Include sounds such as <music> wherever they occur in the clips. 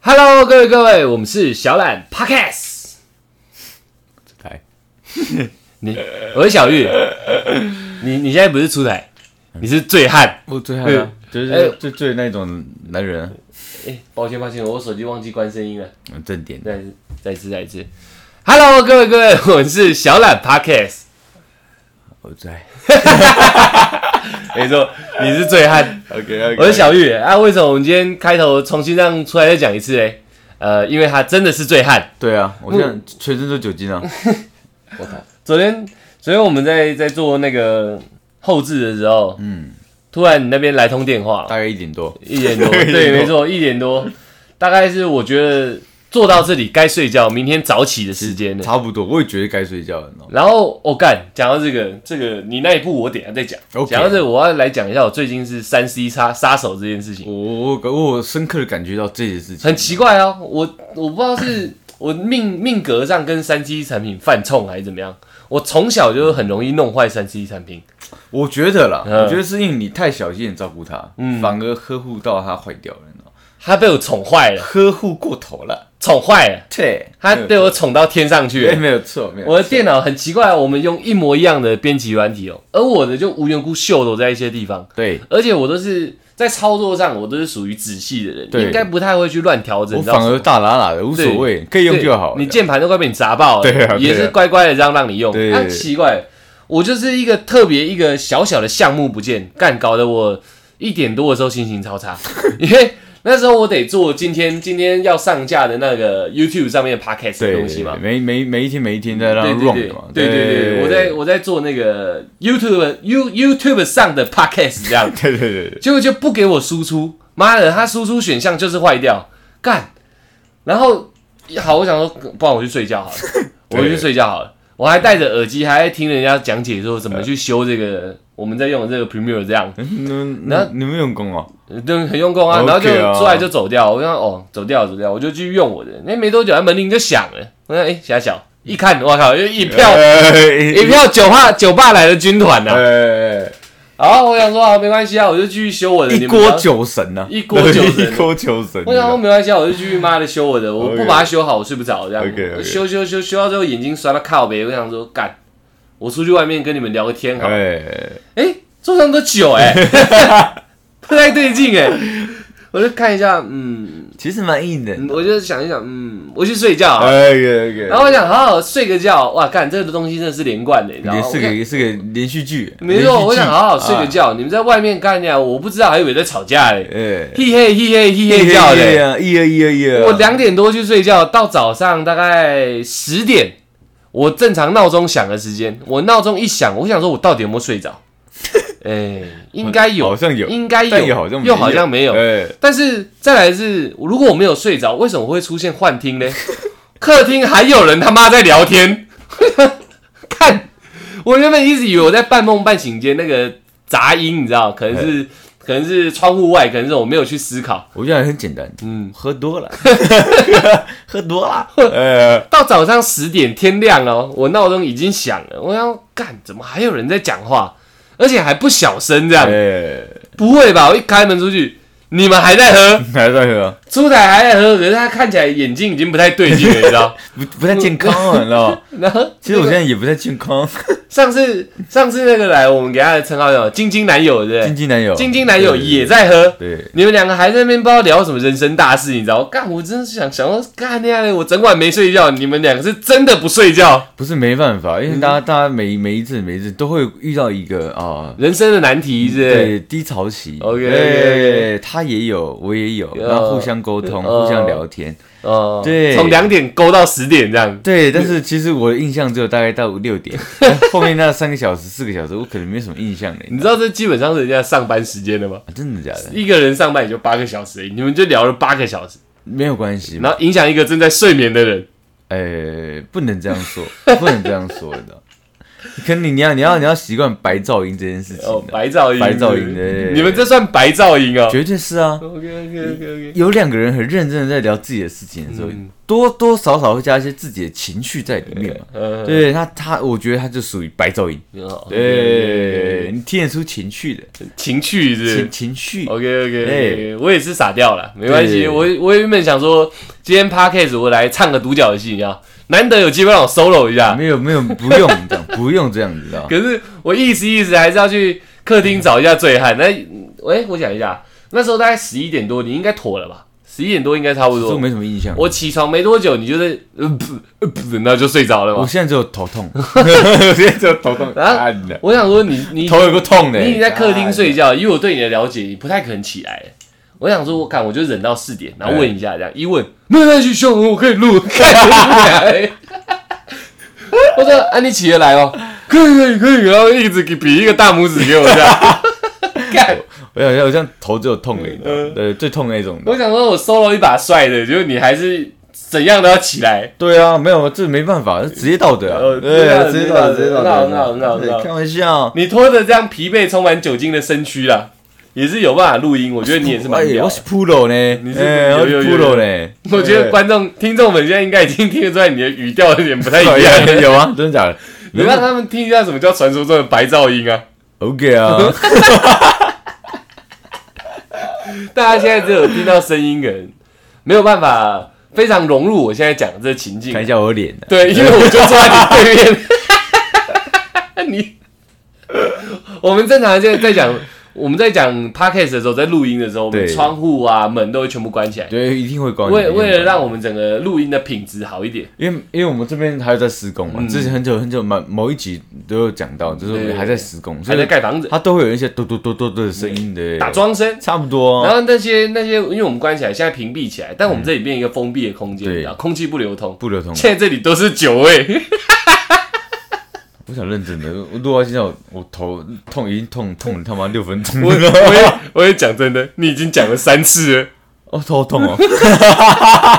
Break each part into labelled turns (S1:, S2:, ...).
S1: Hello，各位各位，我们是小懒 Podcast，
S2: 来，
S1: 你我是小玉， <laughs> 你你现在不是出台，你是醉汉。
S2: 我最
S1: 害怕
S2: 就是最最那种男人，
S1: 哎、抱歉抱歉，我手机忘记关声音了，
S2: 嗯正点
S1: 再一次再一次再一次。Hello，各位各位， <laughs> 我们是小懒 Podcast，
S2: 我在。
S1: 没错，你是醉汉，
S2: OK，
S1: 我是小玉。啊，为什么我们今天开头重新让出来再讲一次嘞？呃，因为他真的是醉汉。
S2: 对啊，我现在全身都酒精啊。我操！
S1: 昨天昨天我们在在做那个后置的时候，嗯，突然你那边来通电话，
S2: 大概一点多，
S1: 一点多，
S2: <laughs> 一点多
S1: 对，没错，一点多，大概是我觉得做到这里该睡觉，明天早起的时间了。
S2: 差不多，我也觉得该睡觉了。你知道吗
S1: 然后我干，讲、到这个这个，你那一步我等一下再讲。讲
S2: OK
S1: 到这个，我要来讲一下我最近是三 C 杀杀手这件事情，
S2: 我我我深刻的感觉到这件事情
S1: 很，奇怪哦，我我不知道是 <coughs> 我命命格上跟三 C 产品犯冲还是怎么样，我从小就很容易弄坏三 C 产品。
S2: 我觉得啦，
S1: 嗯
S2: 我觉得是因为你太小心地照顾它，反而呵护到它坏掉了，你知道吗
S1: 他被我宠坏了，
S2: 呵护过头了。
S1: 宠坏了，
S2: 对，
S1: 他
S2: 没有
S1: 被我宠到天上去
S2: 对，
S1: 了。
S2: 没有错，没有错。
S1: 我的电脑很奇怪，我们用一模一样的编辑软体哦，而我的就无缘故秀抖在一些地方，
S2: 对，
S1: 而且我都是在操作上，我都是属于仔细的人，
S2: 对
S1: 应该不太会去乱调整。
S2: 我
S1: 你知道
S2: 反而大喇喇的，无所谓，可以用就好了。
S1: 对你键盘都快被你砸爆了，
S2: 对啊对啊
S1: 也是乖乖的让让你用。
S2: 对
S1: 啊，奇怪，我就是一个特别一个小小的项目不见，干搞得我一点多的时候心情超
S2: <laughs>
S1: 差，因为那时候我得做今天今天要上架的那个 YouTube 上面 Podcast 的
S2: 对
S1: 东西嘛。
S2: 每每每一天每一天在让它
S1: 对
S2: run
S1: 对
S2: 的嘛。
S1: 对对对对，我在我在做那个 YouTube You YouTube 上的 podcast 这样， <laughs>
S2: 对对对对，
S1: 结果就不给我输出，妈的，他输出选项就是坏掉，干。然后好，我想说，不然我去睡觉
S2: <laughs>
S1: 好了，我去睡觉好了。我还戴着耳机，还在听人家讲解说怎么去修这个我们在用的这个 Premiere 这样，
S2: 嗯，
S1: 那
S2: 那你们用功哦，
S1: 就很用功啊。然后就
S2: OK 啊
S1: 出来就走掉，我想哦，走掉走掉，我就继续用我的。那没多久，他门铃就响了，我说哎，小小一看，我靠，又一
S2: <laughs>
S1: 票 <laughs> 一
S2: 哎
S1: 票酒吧酒吧来的军团呐、啊。
S2: 哎，
S1: 好，我想说啊，没关系啊，我就继续修我的。你
S2: 一
S1: 们
S2: 锅
S1: 不要
S2: 酒神呐，
S1: 一锅酒神
S2: <laughs> 一锅酒神。
S1: 我想说没关系，啊，我就继续妈的修我的，我
S2: OK
S1: 不把它修好，我睡不着这样。
S2: OK，OK
S1: 修修修修到最后眼睛酸到靠背，我想说干，我出去外面跟你们聊个天好了。
S2: 哎，
S1: 哎、桌上都酒
S2: <laughs>
S1: 哎、不太对劲哎、我就看一下，嗯，
S2: 其实蛮硬的。
S1: 嗯我就想一想，嗯，我去睡觉好了。
S2: 哎，OK，OK
S1: 然后我想好好睡个觉，哇，干这个东西真的是连贯的，你知道吗
S2: 也？是
S1: 我看
S2: 个也是个连续剧，
S1: 没
S2: 连续
S1: 错，
S2: 剧
S1: 我想好好睡个。觉，你们在外面干呀，我不知道，还以为在吵架嘞，
S2: 哎，
S1: 嘿嘿嘿嘿嘿嘿叫嘞。
S2: 呀，一二一二一二。
S1: 我两点多去睡觉，到早上大概十点，我正常闹钟响的时间，我闹钟一响，我想说我到底有没有睡着？哎、应该有，
S2: 好像有，
S1: 应该
S2: 但
S1: 有，
S2: 也好像没
S1: 又好像没有。
S2: 哎，
S1: 但是再来是，如果我没有睡着，为什么会出现幻听呢？ <laughs> 客厅还有人他妈在聊天， <laughs> 看，我原本一直以为我在半梦半醒间那个杂音，你知道，可能是可能是窗户外，可能是我没有去思考，
S2: 我觉得很简单，
S1: 嗯。
S2: 喝多
S1: <laughs>
S2: 了， <laughs> 喝多了，哎，
S1: 到早上十点天亮哦，我闹钟已经响了，我要干，怎么还有人在讲话，而且还不小声这样？
S2: 哎，
S1: 不会吧？我一开门出去，你们还在喝，
S2: 还在喝。
S1: 出台还在喝，可是他看起来眼睛已经不太对劲了，你知道？ <laughs>
S2: 不不太健康啊，你知道吗？
S1: 然后
S2: 其实我现在也不太
S1: <laughs>
S2: 健康。
S1: 上次上次那个来，我们给他的称号叫“晶晶男友”，对不
S2: 金
S1: 对？
S2: 鸡男友，
S1: 晶晶男友也在喝。
S2: 对对
S1: 你们两个还在那边不知道聊什么人生大事，你知道？干，我真的是想想要干那样的，我整晚没睡觉。你们两个是真的不睡觉，
S2: 不是没办法，因为
S1: 嗯
S2: 大家大家每每一次每一次都会遇到一个啊，
S1: 人生的难题是不是？
S2: 对低潮期。
S1: OK，OK，OK
S2: 对他也有，我也有，
S1: 呃
S2: 然后互相沟通，
S1: 呃
S2: 互相聊天。
S1: 哦，
S2: 对
S1: 从两点勾到十点这样。
S2: 对，但是其实我的印象只有大概到五六点，后面那三个小时、四个小时，我可能没什么印象了。你
S1: 你
S2: 知
S1: 知道这基本上是人家上班时间了吗？
S2: 道真的假的？
S1: 一个人上班也就八个小时而已，你们就聊了八个小时，
S2: 没有关系，
S1: 然后影响一个正在睡眠的人。
S2: 哎 <laughs> 呃，不能这样说，不能这样说的。可能你你要你要你要习惯白噪音这件事情
S1: 哦，
S2: 啊、
S1: 白噪音，
S2: 白噪音
S1: 是不是
S2: 对对对
S1: 你们这算白噪音哦。
S2: 绝对是啊。
S1: OK OK OK OK，
S2: 有两个人很认真的在聊自己的事情的时候，
S1: 嗯
S2: 多多少少会加一些自己的情绪在里面嘛。
S1: 嗯，
S2: 对，那他我觉得他就属于白噪音，
S1: 哦
S2: 对，你听得出情绪的
S1: 情趣是不是
S2: 情情绪。
S1: OK OK，,
S2: 哎
S1: 我也是傻掉了，没关系。
S2: 对
S1: 我我原本想说，今天 Podcast 我来唱个独角戏啊，难得有机会让我 solo 一下。
S2: 没有没有，不用这样，不用这样，啊你知 <laughs> 道吗？
S1: 可是我意思意思还是要去客厅找一下醉汉。那喂、我想一下，那时候大概十一点多，你应该妥了吧？十一点多应该差不
S2: 这
S1: 多。
S2: 没什么印象。我
S1: 我起床没多久，你就是呃噗呃噗，那就睡着了
S2: 我
S1: 嘛。
S2: 现在只有头痛， <laughs> 我现在只有头痛，
S1: 啊
S2: <laughs> 啊你的
S1: 我想说你你
S2: 头有个痛啊的。
S1: 你你在客厅睡觉，
S2: 觉，
S1: 以我对你的了解，你不太可能起来。我想说，我看我就忍到四点，然后问一下这样，一问没有关系，兄，我可以录，看 <laughs> 起来。我说啊，你起得来哦，可以可以可以，然后一直给比一个大拇指给我这样。 <laughs> 干，
S2: 我想我像头只有痛而已，你知道
S1: 嗯
S2: 吗对，最痛那种。
S1: 我想说我 solo 一把帅的，就是你还是怎样都要起来。
S2: 对啊，没有，这没办法，这职业道德
S1: 呃
S2: 啊，对啊，
S1: 职
S2: 职
S1: 业
S2: 业
S1: 道
S2: 道
S1: 德
S2: 德，职业道
S1: 很好
S2: 德，
S1: 很好很好
S2: 对开玩笑。
S1: 你拖着这样疲惫、充满酒精的身躯啦，也是有办法录音，我觉得你也是蛮
S2: 哎
S1: 屌
S2: 我
S1: 的
S2: 是。pro 呢，
S1: 你是
S2: 哎
S1: 有
S2: 我
S1: 有
S2: 是
S1: 有
S2: pro 呢。
S1: 我觉得观众、听众们现在应该已经听得出来你的语调有点不太
S2: 哎
S1: 一
S2: 有
S1: 样。
S2: 有有 <laughs> 啊，真的假的嗯
S1: 你让他们听一下什么叫传说中的白噪音啊！
S2: ？OK 啊，
S1: 大家现在只有听到声音的人，没有办法非常融入我现在讲的这情境
S2: <laughs> 看一。下我脸啊
S1: 对，因为我就坐在你对面，
S2: <laughs>
S1: 你，我们正常在在讲我们在讲 podcast 的时候，在录音的时候，我们
S2: 对
S1: 窗户啊门都会全部关起来，
S2: 对，一定会关。
S1: 为为了让
S2: 我，
S1: 我们整个录音的品质好一点。
S2: 因为因为我们这边还有在施工嘛，之前很久很久某某一集都有讲到，就是我
S1: 嗯对
S2: 们还在施工，所
S1: 还在
S2: 以
S1: 盖房子，
S2: 它都会有一些嘟嘟嘟嘟嘟的声音的，
S1: 打桩声。
S2: 差不多
S1: 然
S2: 啊，
S1: 后那些那些，因为我们关起来，现在屏蔽起来，但我们这里变一个封闭的空间，
S2: 嗯对
S1: 你知道空气不流通。
S2: 不流通。
S1: 现在这里都是酒 <laughs> 味，
S2: 我想认真的，我录到现在我我头痛已经痛痛了他妈六分钟
S1: 我
S2: 了，
S1: 我也我也讲真的，你已经讲了三次 <laughs> 了，
S2: <laughs> 哦头痛哦，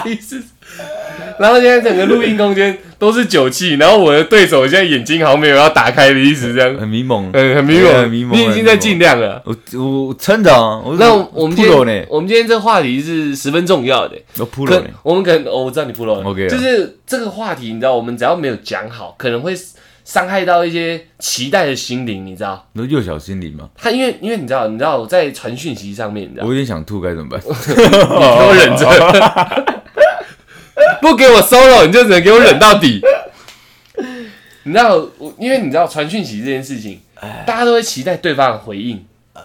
S1: 一次。哎然后现在整个录音空间都是酒气，然后我的对手现在眼睛好像没有要打开的意思，这样
S2: 很迷蒙。
S1: 呃很很迷
S2: 对很迷
S1: 惘，
S2: 惘
S1: 你已经在尽量了。
S2: 我我我撑着啊，我
S1: 那我们今
S2: 扑了
S1: 天
S2: 呢，
S1: 我们今天这话题是十分重要的，
S2: 我扑了
S1: 可
S2: 呢，
S1: 我们可能、哦、我知道你不漏
S2: OK 啊
S1: 就是这个话题，你知道，我们只要没有讲好，可能会伤害到一些期待的心灵，你知道？
S2: 你说幼小心灵嘛，
S1: 他因为因为你知道，你知道我在传讯息上面，你知道，
S2: 我有点想吐，该怎
S1: 嗯
S2: 么办？
S1: 你给我忍着， <laughs> 不给我 solo，你就只能给我忍到底。 <laughs> 你知道，我因为你知道传讯息这件事情，大家都会期待对方的回应。呃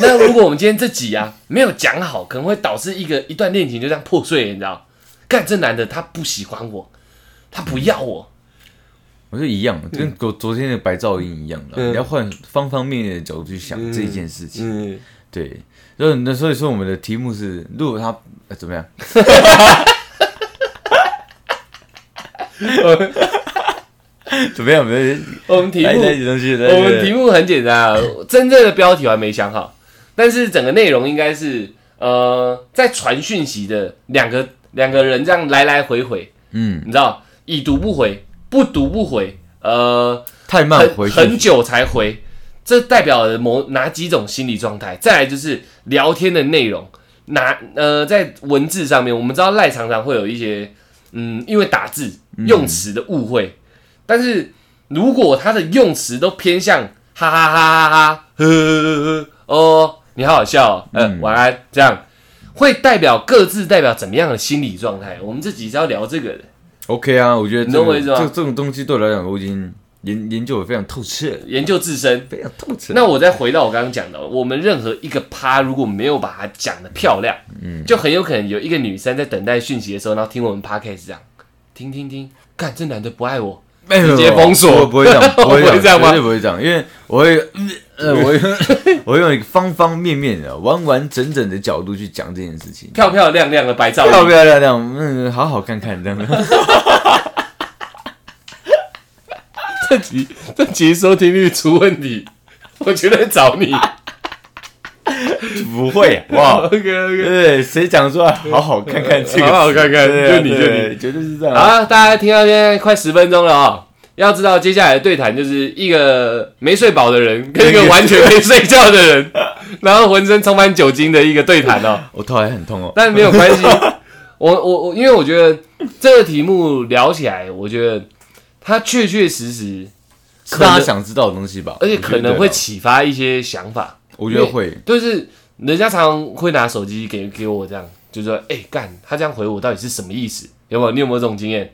S1: 那如果我们今天这集啊没有讲好，可能会导致一个一段恋情就这样破碎，你知道？干这男的他不喜欢我，他不要我，
S2: 我就一样，跟昨昨天的白噪音一样的，
S1: 嗯
S2: 你要换方方面面的角度去想这件事情。
S1: 嗯，
S2: 对，就是那所以说我们的题目是，如果他、呃、怎么
S1: <laughs>
S2: 样？怎么样？我们
S1: 我们题
S2: 来
S1: 目
S2: 这些东西，
S1: 我们题目很简单啊，真正的标题我还没想好，但是整个内容应该是呃，在传讯息的两个两个人这样来来回回，
S2: 嗯，
S1: 你知道，已读不回，不读不回，呃，
S2: 太慢
S1: 很
S2: 回
S1: 很
S2: 去，
S1: 久才回，这代表了某哪几种心理状态？再来就是聊天的内容，哪呃，在文字上面，我们知道赖常常会有一些嗯，因为打字用词的误会，但是如果他的用词都偏向哈哈哈哈哈呵呵呵呵哦，你好好笑、哦，呃，
S2: 嗯
S1: 晚安，这样会代表各自代表怎么样的心理状态？我们这集是要聊这个的，
S2: OK 啊，我觉得
S1: 你
S2: 这
S1: 懂我
S2: 个
S1: 意思
S2: 这
S1: 吗
S2: 这种东西对我来讲，我已经研研究的非常透彻，
S1: 研究自身。
S2: 非常透彻。
S1: 那我再回到我刚刚讲的，我们任何一个趴如果没有把它讲的漂亮，嗯，就很有可能有一个女生在等待讯息的时候，然后听我们 podcast 这样，听听听，干这男的不爱我，
S2: 没有
S1: 直接封锁
S2: 没哎有不会这样，
S1: <laughs>
S2: 不
S1: 不会这样吗
S2: 会绝对不会这样，因为我会，呃，我会， <laughs> 我会用一个方方面面的、完完整整的角度去讲这件事情，
S1: 漂漂亮亮的白照，
S2: 嗯漂漂亮亮，嗯，好好看看这样。
S1: <laughs> 这集 <laughs> 这集收听率出问题， <laughs> 我觉得找
S2: <laughs>
S1: 你。
S2: 不会、啊，哇，
S1: OK OK，
S2: 对，谁讲出来好好看看这个词？
S1: <laughs> 好好看看
S2: 对啊
S1: 就你就你啊
S2: 对绝对是这样。
S1: 好，大家听到现在快十分钟了哦，要知道接下来的对谈就是一个没睡饱的人跟一个完全没睡觉的人，然后浑身充满酒精的一个对谈哦。
S2: 我头还很痛哦。
S1: 但没有关系。我我我，因为我觉得这个题目聊起来，我觉得它确确实实，
S2: 是大家想知道的东西吧？
S1: 而且
S2: 我觉
S1: 可
S2: 得
S1: 能会启发一些想法。
S2: 我觉得会，
S1: 就是人家常常会拿手机给给我这样，就说：“哎、干，他这样回我到底是什么意思？”有没有？你有没有这种经验？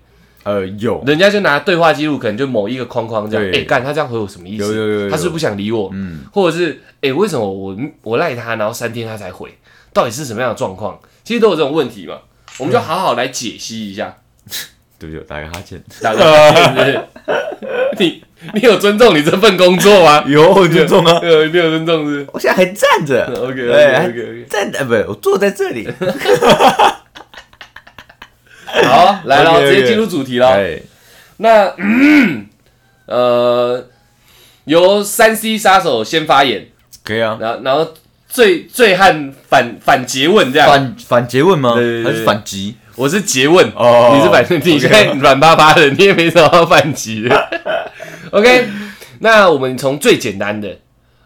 S2: 呃，有
S1: 人家就拿对话记录，可能就某一个框框这样，哎、
S2: 对
S1: 干，他这样回我什么意思？
S2: 有有有有
S1: 他是不是不想理我，
S2: 嗯，
S1: 或者是哎、为什么我我赖他，然后三天他才回，到底是什么样的状况？其实都有这种问题嘛，我们就好好来解析一下。
S2: 对不起，我打个哈欠。
S1: 打
S2: 嗯
S1: 个 <laughs> 你你有尊重你这份工作
S2: <laughs>
S1: 吗？
S2: 有，我就中啊！
S1: 呃，你有尊重是
S2: 我现在还站着
S1: OK
S2: 对
S1: OK
S2: 还
S1: OK
S2: 站着，呃不是，我坐在这里。
S1: OK。好，来了，
S2: 哎 OK，OK
S1: 直接进入主题了。
S2: 哎，
S1: 那 <coughs> 嗯呃，由三 C 杀手先发言，
S2: 可以啊。
S1: 然后然后醉醉汉反反诘问这样，
S2: 反反诘问吗？
S1: 对对对
S2: 还是反击？
S1: 我是诘问，
S2: 哦
S1: 你是反，你现在软巴巴的，你也没什么好反击的。OK，那我们从最简单的，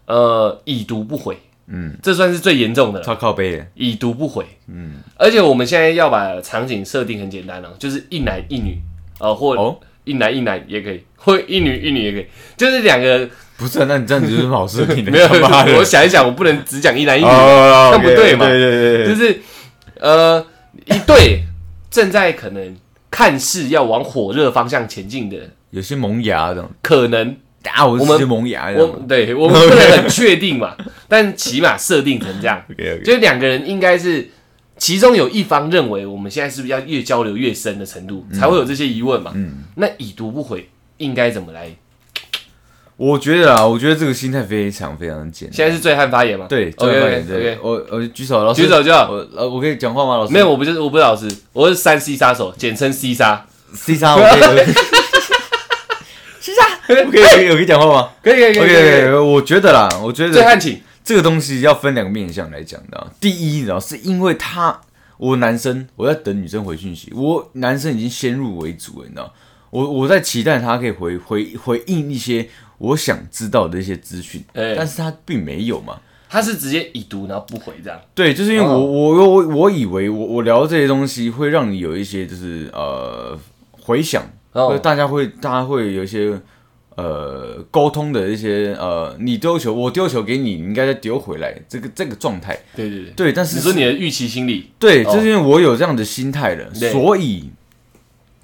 S1: 呃，已读不回，
S2: 嗯，
S1: 这算是最严重的了。
S2: 超靠背的，
S1: 已读不回。
S2: 嗯，
S1: 而且我们现在要把场景设定很简单哦，就是一男一女，呃，或
S2: 哦
S1: 一男一男也可以，或一女一女也可以，就是两个
S2: 不是啊，那你这样子就是好设定
S1: <laughs>
S2: 的，
S1: 没有
S2: 干嘛。的
S1: 我想一想，我不能只讲一男一女，
S2: 哦，
S1: 那不对嘛
S2: 对对对
S1: 就
S2: 对，
S1: 是呃一对正在可能看似要往火热方向前进的，
S2: 有些萌芽这样，
S1: 可能
S2: 啊，我
S1: 我
S2: 是
S1: 们
S2: 直接萌芽这
S1: 我
S2: 样。 <laughs>
S1: 对我们不能很确定嘛， <laughs> 但起码设定成这样，
S2: OK OK，
S1: 就是两个人应该是，其中有一方认为我们现在是不是要越交流越深的程度，才会有这些疑问嘛？
S2: 嗯，
S1: 那已读不回应该怎么来？
S2: 我觉得啊，我觉得这个心态非常非常简单。
S1: 现在是醉汉发言嘛？
S2: 对，这
S1: ，OK
S2: 个发言
S1: OK
S2: 对
S1: OK，，
S2: 我我举手，老师
S1: 举手就好。
S2: 我呃，我可以讲话吗？老师
S1: 没有，我不就是我不是老师，我是三 C 杀手，简称 C 杀。
S2: ，C 三，我可以，我
S1: <laughs>
S2: 可以
S1: C 杀，
S2: 我可以，我可以我可以讲话吗
S1: 可以 <laughs> 可以可以可以。
S2: ？OK，我觉得啦，我觉
S1: 醉
S2: 得
S1: 汉请，
S2: 这个东西要分两个面向来讲的啊、第一，你知道，是因为他，我男生我在等女生回讯息，我男生已经先入为主了，你知道，我我在期待他可以回回回应一些我想知道的一些资讯，
S1: 哎
S2: 但是他并没有嘛。
S1: 他是直接已读然后不回这样。
S2: 对，就是因为我、
S1: 哦
S2: 我我我以为我我聊这些东西会让你有一些就是呃回想，
S1: 哦
S2: 会大家会大家会有一些呃沟通的一些呃你丢球我丢球给你，你应该再丢回来这个这个状态。
S1: 对对对，
S2: 对，但是
S1: 你说你的预期心理，
S2: 对，
S1: 哦
S2: 就是因为我有这样的心态了，
S1: 对
S2: 所以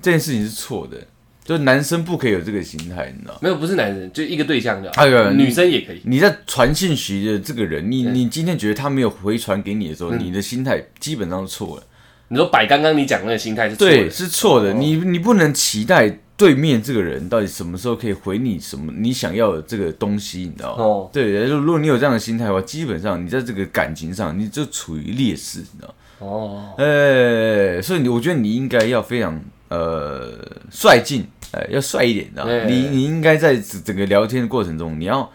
S2: 这件事情是错的，就是男生不可以有这个心态，你知道吗。
S1: 没有不是男人，就一个对象的，
S2: 哎呀
S1: 女生也可以。
S2: 你在传信息的这个人，你
S1: 对嗯
S2: 你今天觉得他没有回传给你的时候，你的心态基本上是错了。
S1: 你说摆刚刚你讲那个心态是错
S2: 对，
S1: 的，
S2: 是错的。
S1: 哦
S2: 你你不能期待对面这个人到底什么时候可以回你什么你想要的这个东西，你知道吗？
S1: 哦，
S2: 对，如果你有这样的心态的话，基本上你在这个感情上你就处于劣势，你知道吗？
S1: 哦，
S2: 呃，所以你我觉得你应该要非常呃帅劲，呃，要帅一点，你知道吗
S1: 哎
S2: 你你应该在整整个聊天的过程中，你要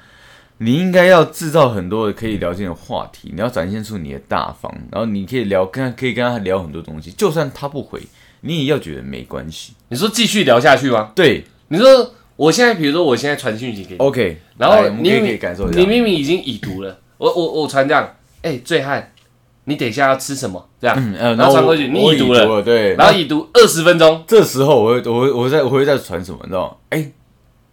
S2: 你应该要制造很多可以聊天的话题，你要展现出你的大方，然后你可以聊跟他可以跟他聊很多东西，就算他不回，你也要觉得没关系。
S1: 你说继续聊下去吗？
S2: 对
S1: 你说我现在，比如说我现在传讯息给你，
S2: ，OK，
S1: 然
S2: 来
S1: 后
S2: 我们
S1: 你
S2: 可以
S1: 明
S2: 可以感受一下
S1: 你，明明已经已读了，我我我传这样，哎、醉汉，你等一下要吃什么？这样，
S2: 嗯呃
S1: 然后传过去
S2: 我
S1: 你
S2: 我
S1: 已读了
S2: 了，对，
S1: 然后已读二十分钟，
S2: 这时候我会我会我会在我会在传什么，你知道吗？哎，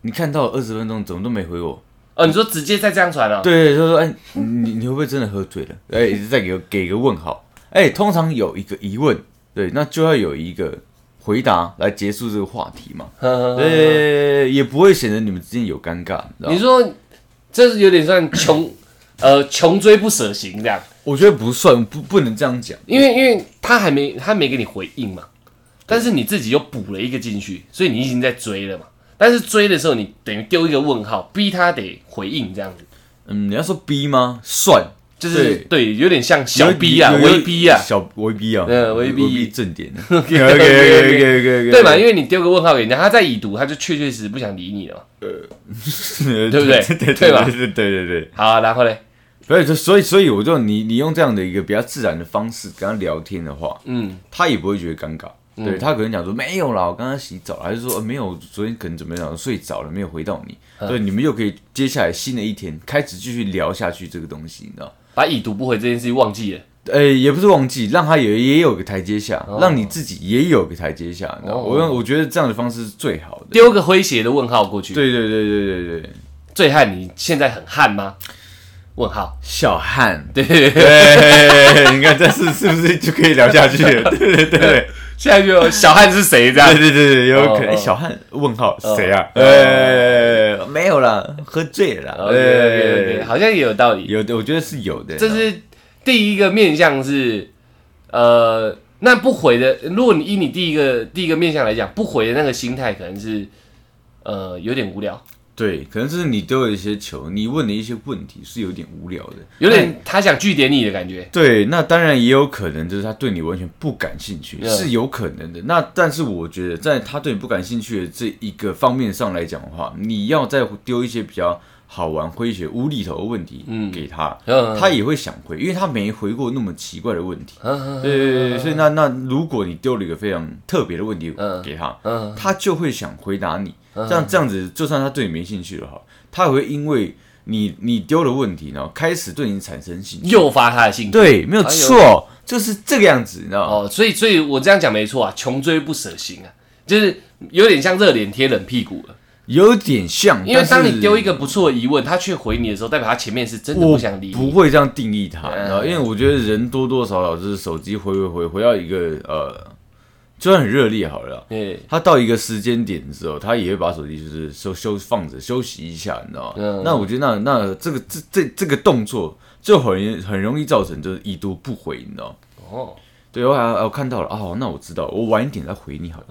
S2: 你看到二十分钟怎么都没回我。
S1: 哦，你说直接再这样传啊了、
S2: 对，就说哎，你你会不会真的喝醉了？哎，再给个给个问号。哎，通常有一个疑问，对，那就要有一个回答来结束这个话题嘛。
S1: 哦，对，
S2: 对，也不会显得你们之间有尴尬，你知道
S1: 你
S2: 吗？
S1: 说这是有点算穷，呃，穷追不舍型这样，
S2: 我觉得不算，不不能这样讲。
S1: 因为因为他还没他没给你回应嘛，但是你自己又补了一个进去，所以你已经在追了嘛。但是追的时候，你等于丢一个问号，逼他得回应这样子，
S2: 嗯，你要说逼吗？算，
S1: 就是
S2: 对
S1: 对，有点像小逼啊，
S2: 有有有
S1: 微逼啊，
S2: 小微逼啊，
S1: 嗯微逼
S2: 正点。OK OK OK OK，
S1: 对嘛？因为你丢个问号给人家，他在已读，他就确确实实不想理你了嘛。
S2: 对
S1: 对不对
S2: 对对
S1: 对吧
S2: 对对对对。
S1: 好、啊，然后嘞，
S2: 所以，所以，所以，我就你，你用这样的一个比较自然的方式跟他聊天的话，
S1: 嗯，
S2: 他也不会觉得尴尬。对他可能讲说没有啦，我刚刚洗澡啦，还是说、呃没有，昨天可能怎么样睡着了，没有回到你，所以你们又可以接下来新的一天开始继续聊下去这个东西，你知道？
S1: 把已读不回这件事情忘记了。
S2: 呃、也不是忘记，让他也也有个台阶下，让你自己也有个台阶下，你知道？
S1: 哦
S2: 我用我觉得这样的方式是最好的。
S1: 丢个诙谐的问号过去。
S2: 对对对对对对，
S1: 醉汉，你现在很悍吗？问号。
S2: 小汉，对对对，你看这是是不是就可以聊下去了？对对对对
S1: 现在就小汉是谁这样 <laughs>
S2: 对？对对，有可
S1: 哦哦
S2: 能、哎小汉问号谁啊？
S1: 哦
S2: 呃、没有啦，喝醉了啦。
S1: OK OK OK，好像也有道理。
S2: 有的，我觉得是有的。
S1: 这是第一个面向是，呃，那不回的，如果你以你第一个第一个面向来讲，不回的那个心态可能是，呃，有点无聊，
S2: 对，可能这是你丢了一些球，你问的一些问题是有点无聊的，哎
S1: 有点他想据点你的感觉。
S2: 对，那当然也有可能就是他对你完全不感兴趣，
S1: Yeah.
S2: 是有可能的。那但是我觉得，在他对你不感兴趣的这一个方面上来讲的话，你要再丢一些比较好玩、诙谐、无厘头的问题给他，
S1: 嗯，
S2: 他也会想回，因为他没回过那么奇怪的问题。
S1: 嗯
S2: 对对对对，所以那那如果你丢了一个非常特别的问题
S1: 嗯
S2: 给他，
S1: 嗯
S2: 他就会想回答你。这样这样子，就算他对你没兴趣了哈，他也会因为你你丢了问题，然后开始对你产生兴趣。
S1: 诱发他的兴趣。
S2: 对，没有错，就是这个样子，你知道吗？
S1: 哎哦，所以所以我这样讲没错啊，穷追不舍型啊，就是有点像热脸贴冷屁股了。
S2: 有点像，
S1: 因为当
S2: 但是
S1: 你丢一个不错的疑问，他却回你的时候，代表他前面是真的
S2: 我
S1: 不想理
S2: 不
S1: 你。
S2: 会这样定义它，
S1: 嗯
S2: 然后因为我觉得人多多少少就是手机回回回回到一个呃，就算很热烈好了。
S1: 对，
S2: 他到一个时间点之后，他也会把手机就是休休放着休息一下，你知道吗？
S1: 嗯
S2: 那我觉得那那这个这这这个动作就很很容易造成就是已读不回，你知道吗？
S1: 哦
S2: 对，我还我看到了啊、哦，那我知道，我晚一点再回你好了。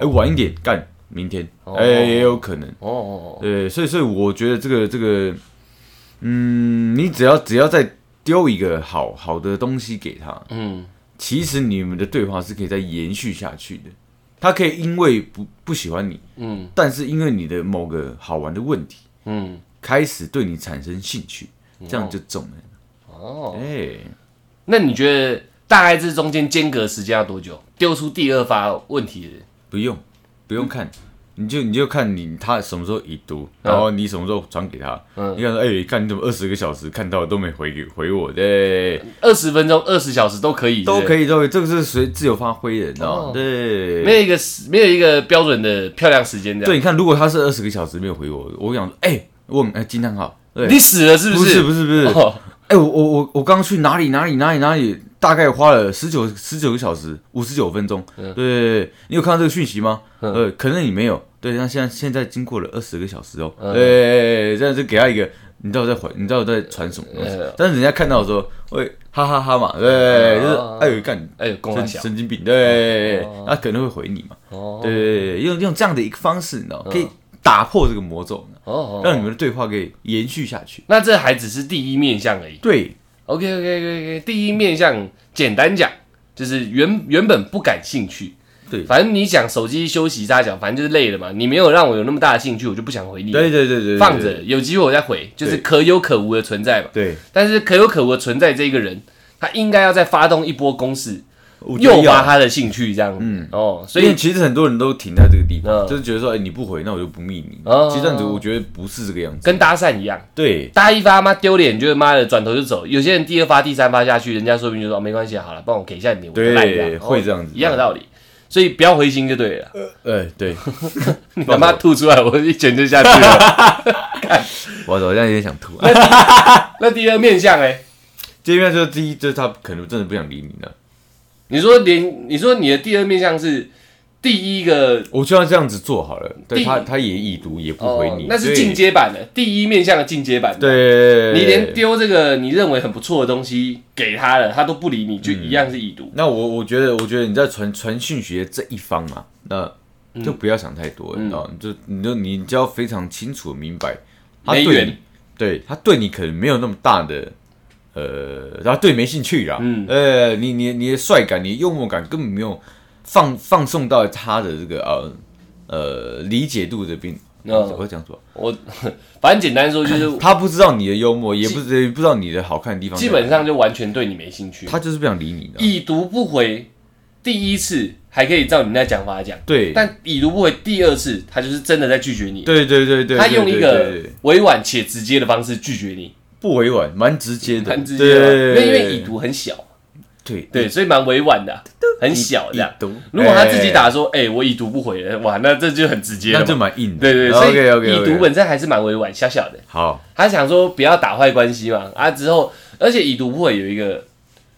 S2: 哎、
S1: 哦
S2: 晚一点干，明天哎、也有可能。
S1: 哦，
S2: 对，所以所以我觉得这个这个，嗯，你只要只要再丢一个好好的东西给他，
S1: 嗯，
S2: 其实你们的对话是可以再延续下去的。他可以因为不不喜欢你，
S1: 嗯，
S2: 但是因为你的某个好玩的问题，
S1: 嗯，
S2: 开始对你产生兴趣，这样就中了。
S1: 哦
S2: 哎、，
S1: 那你觉得大概这中间间隔时间要多久？丢出第二发问题的
S2: 不用不用看，你就你就看你他什么时候已读，然后你什么时候传给他。
S1: 嗯
S2: 你看说，哎、看你怎么二十个小时看到都没回给回我，哎对。
S1: 二十分钟、二十小时都可以，
S2: 都可
S1: 以，
S2: 以，都可以，这个是随自由发挥的，你知道
S1: 哦
S2: 吗？对，
S1: 没有一个没有一个标准的漂亮时间这
S2: 对，
S1: 样。
S2: 你看，如果他是二十个小时没有回我，我想说，哎，问，哎，惊叹号，对，
S1: 你死了是
S2: 不
S1: 是？
S2: 不是不是，
S1: 哦
S2: 哎，我我我我刚去哪里哪里哪里哪里，大概花了十九十九个小时五十九分钟，
S1: 嗯
S2: 对对，对你有看到这个讯息吗？呃，可能你没有，对，那现在现在经过了二十个小时哦，
S1: 嗯
S2: 对，这样就给他一个。你知道我在传，你知道我在传什么东西
S1: 嗯？
S2: 但是人家看到的时候，会哈哈哈嘛，对，就是哎呦干，
S1: 哎呦，公
S2: 神
S1: 安小，
S2: 神经病，对，他可能会回你嘛，
S1: 哦
S2: 对对对，用用这样的一个方式，你知道，可以打破这个魔咒，
S1: 哦哦，
S2: 让你们的对话可以延续下去。
S1: 那这还只是第一面相而已。
S2: 对
S1: OK OK OK，第一面相简单讲就是原原本不感兴趣，
S2: 对
S1: 反正你讲手机休息扎讲，反正就是累了嘛，你没有让我有那么大的兴趣，我就不想回你，
S2: 对对对对，
S1: 放着，有机会我再回，就是
S2: 对
S1: 可有可无的存在嘛。
S2: 对，
S1: 但是可有可无的存在这一个人，他应该要再发动一波攻势，
S2: 我觉得啊
S1: 诱发
S2: 要。
S1: 他的兴趣，这样，嗯，哦，所
S2: 因为
S1: 以
S2: 其实很多人都停在这个地
S1: 嗯
S2: 方，就是觉得说，哎，你不回，那我就不密你
S1: 哦。
S2: 其实这样子，我觉得不是这个样子。
S1: 跟搭讪一样，
S2: 对
S1: 搭一发妈丢脸，就是妈的转头就走。有些人第二发、第三发下去，人家说不定就说、哦、没关系啊，好了，帮我给一下你，我的赖这
S2: 对，
S1: 样
S2: 会
S1: 哦
S2: 这样子，
S1: 一样的。道理，所以不要灰心就对
S2: <laughs>
S1: 了。
S2: 哎，
S1: <laughs>
S2: 对，
S1: 你他妈吐出来，我一拳就下去了。
S2: <laughs> 我好像有点想
S1: <laughs>
S2: 吐啊。
S1: 那第二面相哎，
S2: 这边就是第一，就是他可能真的不想理你了。
S1: 你说连你说你的第二面相是第一个
S2: 我就要这样子做好了，对
S1: 第哦
S2: 他，他也已读，也不回你，
S1: 那是
S2: 对
S1: 进阶版的，第一面相的进阶版。，
S2: 对，
S1: 你连丢这个你认为很不错的东西给他了，他都不理你，就一样是已读。
S2: 那我我觉得，我觉得你在传传讯息的这一方嘛，那
S1: 嗯
S2: 就不要想太多，你知道吗，就你就你就要非常清楚地明白，他
S1: 没
S2: 对
S1: 缘
S2: 你，对他对你可能没有那么大的，呃，他对你没兴趣啦，
S1: 嗯
S2: 呃，你你你的帅感，你的幽默感根本没有放放送到他的这个呃呃理解度这边。
S1: 嗯
S2: 我要讲什么？
S1: 我反正简单说就是，
S2: 他不知道你的幽默，也不知也不知道你的好看的地方在
S1: 基
S2: 哪里，
S1: 本上就完全对你没兴趣。
S2: 他就是不想理你的。
S1: 已读不回，第一次还可以照你那讲法来讲，
S2: 对，
S1: 但已读不回第二次，他就是真的在拒绝你。
S2: 对对对对，
S1: 他用
S2: 对
S1: 一
S2: 对
S1: 个
S2: 对对
S1: 委婉且直接的方式拒绝你，
S2: 不委婉，蛮直接的，
S1: 很直接啊，因为
S2: 对
S1: 因为已读很小，
S2: 对
S1: 对，所以蛮委婉的啊，很小这
S2: 已
S1: 样。
S2: 读，
S1: 如果他自己
S2: 哎，
S1: 打说，哎，我已读不回了，哇，那这就很直接了
S2: 那
S1: 嘛。
S2: 就蛮硬的，
S1: 对对，所
S2: ，OK
S1: 以
S2: OK，
S1: 已读本身还是蛮委婉，小小的。
S2: 好，
S1: 他想说不要打坏关系嘛，啊之后，而且已读不回有一个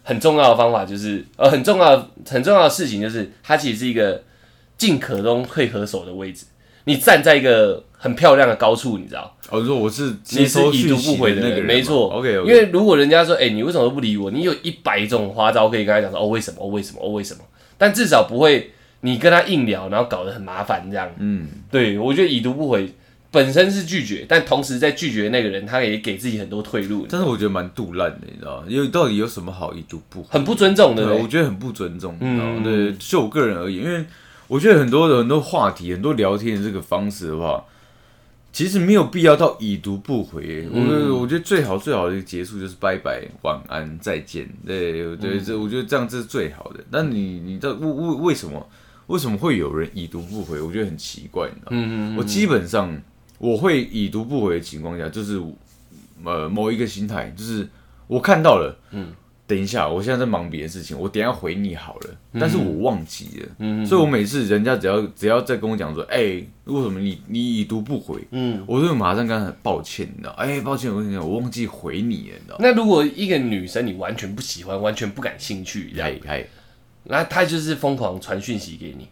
S1: 很重要的方法，就是呃很重要的很重要的事情就是，它其实是一个进可攻退可守的位置。你站在一个很漂亮的高处，你知道，
S2: 我说我是接
S1: 你是
S2: 收
S1: 已
S2: 讯
S1: 读不
S2: 息
S1: 回
S2: 的那个人嘛，
S1: 没错。
S2: ，OK
S1: 因
S2: OK，
S1: 为如果人家说，哎、你为什么不理我？你有一百种花招可以跟他讲说，哦为什么，哦为什么，哦为什么，但至少不会你跟他硬聊，然后搞得很麻烦这样。
S2: 嗯，
S1: 对，我觉得已读不回本身是拒绝，但同时在拒绝的那个人，他也给自己很多退路，
S2: 但是我觉得蛮杜烂的，你知道吗？因为到底有什么好已读不回？
S1: 很不尊重，对不
S2: 对，我
S1: 对？
S2: 觉得很不尊重，你知道吗
S1: 嗯？
S2: 对，就我个人而言，因为我觉得很多的很多话题、很多聊天的这个方式的话，其实没有必要到已读不回。
S1: 嗯
S2: 我觉得，我觉得最好最好的结束就是拜拜、晚安、再见。对，我
S1: 嗯
S2: 觉得这，我觉得这样这是最好的。但你，你知道为为为什么为什么会有人已读不回？我觉得很奇怪，你知道吗？
S1: 嗯嗯
S2: 我基本上我会已读不回的情况下，就是呃某一个心态，就是我看到了，嗯，等一下，我现在在忙别的事情，我等一下回你好了，但是我忘记了，
S1: 嗯
S2: 所以我每次人家只要只要在跟我讲说，哎、为什么你你已读不回，
S1: 嗯。
S2: 我就马上跟他很抱歉，你知道，哎、抱歉，我跟你讲，我忘记回你了，你知道。
S1: 那如果一个女生你完全不喜欢，完全不感兴趣，这样，
S2: 嗨嗨，
S1: 那她就是疯狂传讯息给你，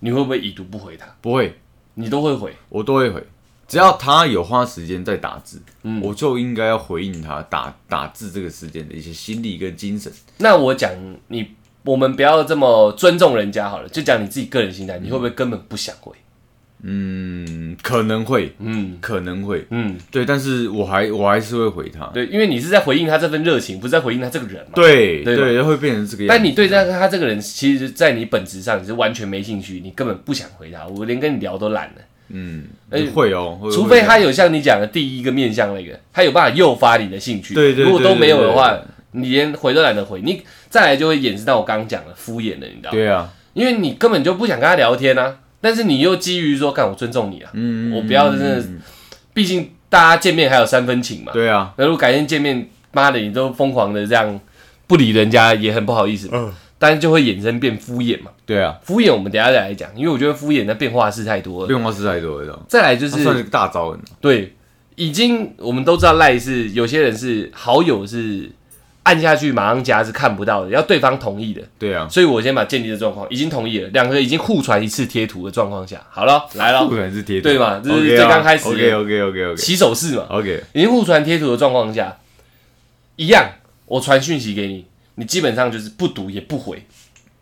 S1: 你会不会已读不回她？
S2: 不会，
S1: 你都会回，
S2: 我都会回，只要他有花时间在打字，
S1: 嗯
S2: 我就应该要回应他打打字这个时间的一些心力跟精神。
S1: 那我讲你，我们不要这么尊重人家好了，就讲你自己个人心态，你会不会根本不想回？
S2: 嗯，可能会，
S1: 嗯
S2: 可能会，
S1: 嗯，
S2: 对，但是我还我还是会回他，
S1: 对，因为你是在回应他这份热情，不是在回应他这个人嘛。
S2: 对啊
S1: 对
S2: 对
S1: 吧
S2: 会变成这个样子。
S1: 但你对他他这个人，其实，在你本质上你是完全没兴趣，你根本不想回答，我连跟你聊都懒了。
S2: 嗯，
S1: 哎
S2: 会哦，会
S1: 除非他，
S2: 会
S1: 有像你讲的第一个面向那个，他有办法诱发你的兴趣。
S2: 对对对
S1: 如果都没有的
S2: 对
S1: 话
S2: 对，
S1: 你连回都懒得回，你再来就会衍生到我刚刚讲的敷衍了，你知道吗？
S2: 对啊，
S1: 因为你根本就不想跟他聊天啊，但是你又基于说，干我尊重你啊，
S2: 嗯，
S1: 我不要真的，毕竟大家见面还有三分情嘛。
S2: 对啊，
S1: 那如果改天见面，妈的，你都疯狂的这样不理人家，也很不好意思。嗯，但是就会衍生变敷衍嘛。
S2: 对啊，
S1: 敷衍我们等一下再来讲，因为我觉得敷衍的变化是太多了。
S2: 变化是太多了，
S1: 再来就
S2: 这啊算是
S1: 是
S2: 个大招了。
S1: 对，已经我们都知道赖是有些人是好友是按下去马上加是看不到的，要对方同意的。
S2: 对啊，
S1: 所以我先把建立的状况已经同意了，两个已经互传一次贴图的状况下，好了，来
S2: 不
S1: 了，
S2: 可能是贴
S1: 对嘛这是最刚开始
S2: ，OK OK OK OK
S1: 洗手式嘛，
S2: OK，
S1: 已经互传贴图的状况下，一样，我传讯息给你，你基本上就是不读也不回，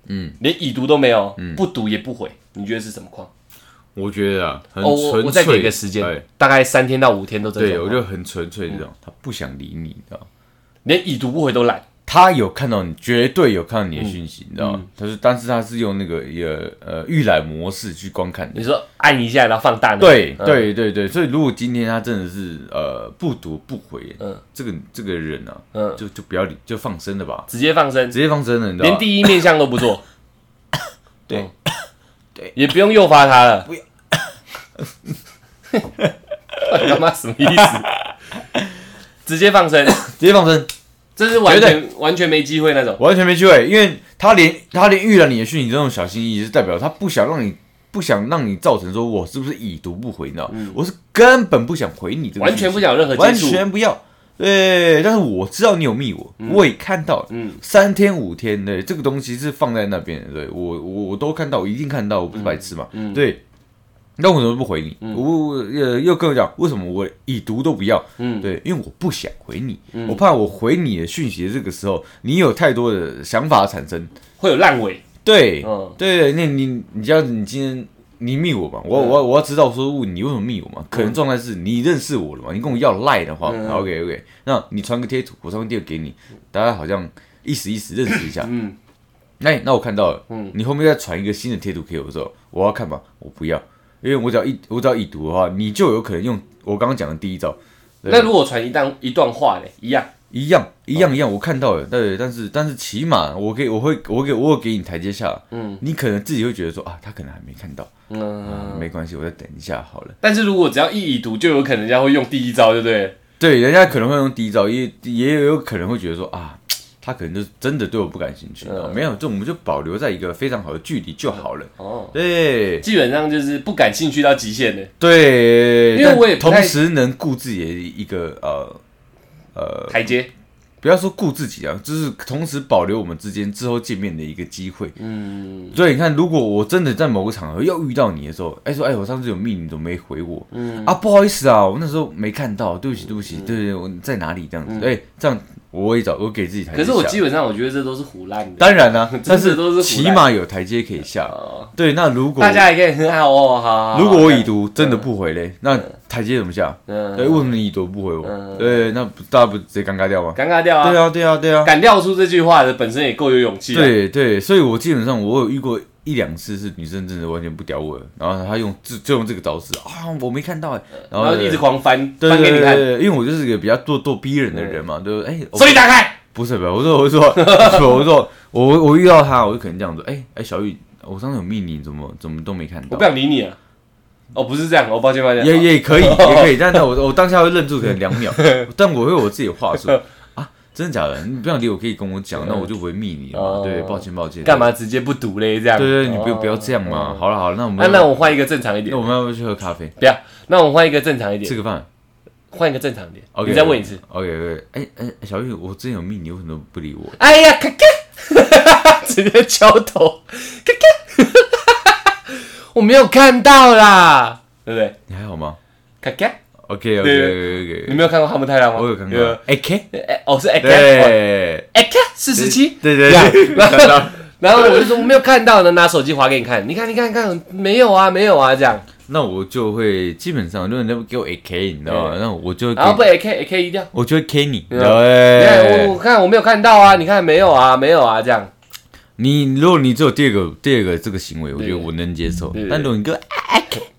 S2: 嗯，
S1: 连已读都没有，不读也不回，你觉得是什么况？
S2: 我觉得啊，很
S1: 哦，我我
S2: 纯
S1: 再给
S2: 粹
S1: 一个
S2: 的
S1: 时间
S2: 哎，
S1: 大概三天到五天都这
S2: 对，
S1: 种啊嗯
S2: 我
S1: 况，
S2: 就很纯粹这种，他不想理你，你知道吗。
S1: 连已读不回都懒，
S2: 他有看到你，绝对有看到你的讯息，你知道
S1: 嗯
S2: 吗？他说，但是他是用那个呃呃预览模式去观看的。
S1: 你说按一下然后放大那个，
S2: 对
S1: 嗯，
S2: 对对对，所以如果今天他真的是呃不读不回，
S1: 嗯
S2: 这个这个人啊，
S1: 嗯，
S2: 就就不要理，就放生了吧，
S1: 直接放生，
S2: 直接放生了，你知道
S1: 连
S2: 吗？
S1: 第一面相都不做，
S2: <laughs> 对
S1: <coughs> 嗯
S2: 对，
S1: 也不用诱发他了，
S2: 不要，
S1: <coughs> 他妈什么意思？直接放
S2: <coughs>
S1: 生，
S2: 直接放生，
S1: 这是完全完全没机会那种。
S2: 完全没机会，因为他连他连预览你的讯息这种小心翼翼，是代表他不想让你不想让你造成说我是不是已读不回，你知道吗？我是根本不想回你这个
S1: 嗯完
S2: 讯息，
S1: 全不想有任何
S2: 完
S1: 接触，
S2: 全不要。对，但是我知道你有密我，我也看到了，
S1: 嗯
S2: 三天五天对，这个东西是放在那边的，对我我我都看到，我一定看到，我不是白痴嘛，
S1: 嗯
S2: 对。那我怎么不回你？我呃又跟我讲为什么我已读都不要？
S1: 嗯
S2: 对，因为我不想回你，我怕我回你的讯息的这个时候，你有太多的想法产生。
S1: 会有烂尾。
S2: 对，
S1: 嗯
S2: 对，那你你这样子，你今天你密我嘛，我
S1: 嗯
S2: 我我要知道说你为什么密我嘛？可能状态是你认识我了嘛？你跟我要赖的话、
S1: 嗯
S2: o k OK，那你传个贴图，我传个贴图给你，大家好像意思意思认识一下。
S1: 嗯
S2: 那、那我看到了，
S1: 嗯
S2: 你后面再传一个新的贴图给我的时候，我要看嘛？我不要，因为我只要一我只要已读的话，你就有可能用我刚刚讲的第一招。对
S1: 那如果传一段一段话呢？一样，
S2: 一样一样一样，我看到了，对，但是但是起码我给我会我给我有给你台阶下，嗯，你可能自己会觉得说啊，他可能还没看到，
S1: 嗯，
S2: 嗯，没关系，我再等一下好了。
S1: 但是如果只要一已读，就有可能人家会用第一招，对不对？
S2: 对，人家可能会用第一招，也也有可能会觉得说啊，他可能就真的对我不感兴趣，
S1: 嗯
S2: 没有，这我们就保留在一个非常好的距离就好了。
S1: 哦，
S2: 对
S1: 基本上就是不感兴趣到极限的。
S2: 对，
S1: 因为我也不
S2: 但
S1: 太
S2: 同时能顾自己的一个呃。
S1: 台阶，
S2: 不要说顾自己啊，就是同时保留我们之间之后见面的一个机会。
S1: 嗯，
S2: 所以你看，如果我真的在某个场合要遇到你的时候，哎、说哎、我上次有密你怎么没回我？嗯啊，不好意思啊，我那时候没看到，对不起对不
S1: 嗯
S2: 起，对对对，我在哪里这样子？哎、这样我也找我给自己台阶
S1: 可是我
S2: 下
S1: 基本上我觉得这都是胡乱的。
S2: 当然啦、
S1: <laughs>
S2: 但
S1: 真的都是胡
S2: 起
S1: 来
S2: 码有台阶可以下。
S1: 哦，
S2: 对，那如果
S1: 大家也可以很好哦，好。好
S2: 如果我已，
S1: 好
S2: 读真的不回嘞，那台阶怎么下？
S1: 嗯，
S2: 对，为什么你已读不回
S1: 嗯
S2: 我？对，那不大家不直接尴尬掉吗？
S1: 尴尬掉啊
S2: 对，啊，对啊，对啊。
S1: 敢撂出这句话的本身也够有勇气。，啊
S2: 对对，所以我基本上我有遇过一两次是女生真的完全不屌我的，然后她用就就用这个招式啊，我没看到哎、
S1: 呃然
S2: 然后
S1: 后
S2: 对
S1: 一直狂翻，
S2: 对
S1: 翻
S2: 对
S1: 给你
S2: 对
S1: 看，嗯
S2: 对，因为我就是一个比较咄咄逼人的人嘛，对不对？哎、我
S1: 手里打开，
S2: 不是不是，我说我说我说我说我我遇到她，我就可能这样说，哎、哎小雨，我上次有密你，怎么怎么都没看
S1: 我
S2: 到
S1: 不。想理你了。哦，不是这样，我抱歉抱歉。
S2: 也也可以，也可以，但是我我当下会愣住可能
S1: <laughs>
S2: 两秒，但我会有我自己的话术啊，真的假的？你不想理我可以跟我讲，那我就不会密你了
S1: 哦
S2: 嘛。对，抱歉抱歉。
S1: 干嘛直接不读嘞？这样。
S2: 对对，你不要
S1: 哦哎
S2: 不要这样嘛。好了好了，那我
S1: 那
S2: 们
S1: 那我换一个正常一点
S2: 那，我们要不要去喝咖啡
S1: 不要。那我们换一个正常一点
S2: 吃，个饭
S1: 换一个正常一点。
S2: ？OK，
S1: 你再问一次。
S2: OK OK，哎哎，小雨，我之前有密你，为什么不理我？
S1: 哎呀，咔咔， <laughs> 直接敲头，咔咔， <laughs> 我没有看到啦，对不对？
S2: 你还好吗
S1: 咔咔，你
S2: ？OK OK OK
S1: 没有看过《哈姆太郎》吗？
S2: OK，我有看
S1: 有
S2: 过。哎 K，
S1: 哎，哦，是哎咔，
S2: 对
S1: 哎咔，四十七。
S2: 对对对，看到
S1: <laughs> 然后我就说我没有看到呢，拿手机划给你看，你看，你看，你看，没有啊，没有啊，这样。
S2: 那我就会基本上，如果你不给我 AK，你知道吗？那我就会给
S1: 然后被 AK AK 一掉，
S2: 我就会 K 你。
S1: 嗯你看我
S2: 嗯对
S1: 我，看我没有看到啊，你看没有啊，没有啊，这样。
S2: 你如果你只有第二个第二个这个行为，我觉得
S1: 对
S2: 我能接受
S1: 对。
S2: 但如果你跟我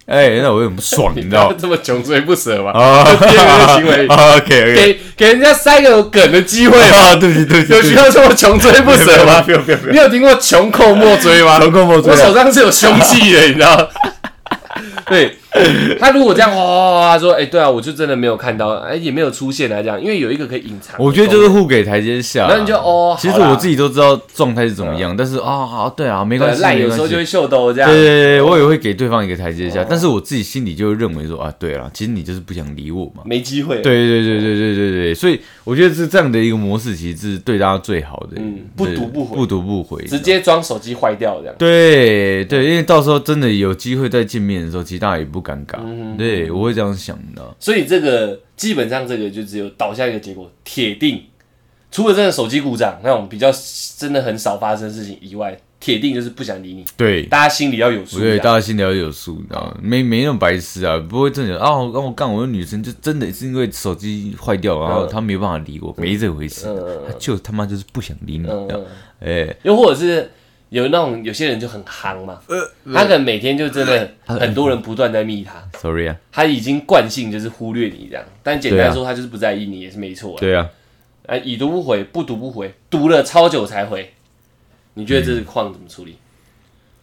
S2: 哎，那我会很不爽，你知道
S1: <laughs>
S2: 吗？
S1: 这么穷追不舍嘛？
S2: 啊，
S1: 第二个行为
S2: OK OK，
S1: 给给人家塞个有梗的机会嘛？
S2: 啊，对不起对不起，
S1: 有需要这么穷追不舍吗？
S2: 不要不要不要
S1: 你有听过穷寇莫追吗？
S2: 穷寇莫追啊
S1: 我手上是有凶
S2: <laughs>
S1: 器的，你知道吗？对，他如果这样哗哗哗哗说，哎、对啊，我就真的没有看到，哎、也没有出现啊，这样，因为有一个可以隐藏。
S2: 我觉得就是互给台阶下。啊
S1: 然后你就哦
S2: 其实
S1: 好啦
S2: 我自己都知道状态是怎么
S1: 嗯
S2: 样，但是啊，好，对啊，没关
S1: 对
S2: 系，
S1: 赖
S2: 没
S1: 有
S2: 关
S1: 时候
S2: 系
S1: 就会秀逗这样哦
S2: 对。对对，对我也会给对方一个台阶下，但是我自己心里就会认为说啊，对啊，其实你就是不想理我嘛。
S1: 没机会，，
S2: 对对对对对对对，所以我觉得是这样的一个模式，其实是对大家最好的。
S1: 嗯不
S2: 对
S1: 读不回
S2: 不读不回，
S1: 直接装手机坏掉这样。
S2: 对对，因为到时候真的有机会再见面的时候，其实大家也不尴尬。对，我会这样想的。
S1: 所以这个基本上这个就只有导向一个结果，铁定，除了真的手机故障那种比较真的很少发生的事情以外，铁定就是不想理你，
S2: 对，
S1: 大家心里要有数。
S2: 对，
S1: 这样
S2: 大家心里要有数，你知道吗？没没那么白痴啊，不会真的啊，我跟我干，我的女生就真的是因为手机坏掉，然后她没办法理我，没这回事，她就他妈就是不想理你，
S1: 嗯
S2: 这样
S1: 嗯
S2: 哎，
S1: 又或者是有那种有些人就很夯嘛，
S2: 呃
S1: 他可能每天就真的很多人不断在密他，
S2: ，sorry 啊，
S1: 他已经惯性就是忽略你这样。但简单说，他就是不在意你也是没错的。
S2: 对啊，
S1: 啊，已读不回，不读不回，读了超久才回，你觉得这个况怎么处理？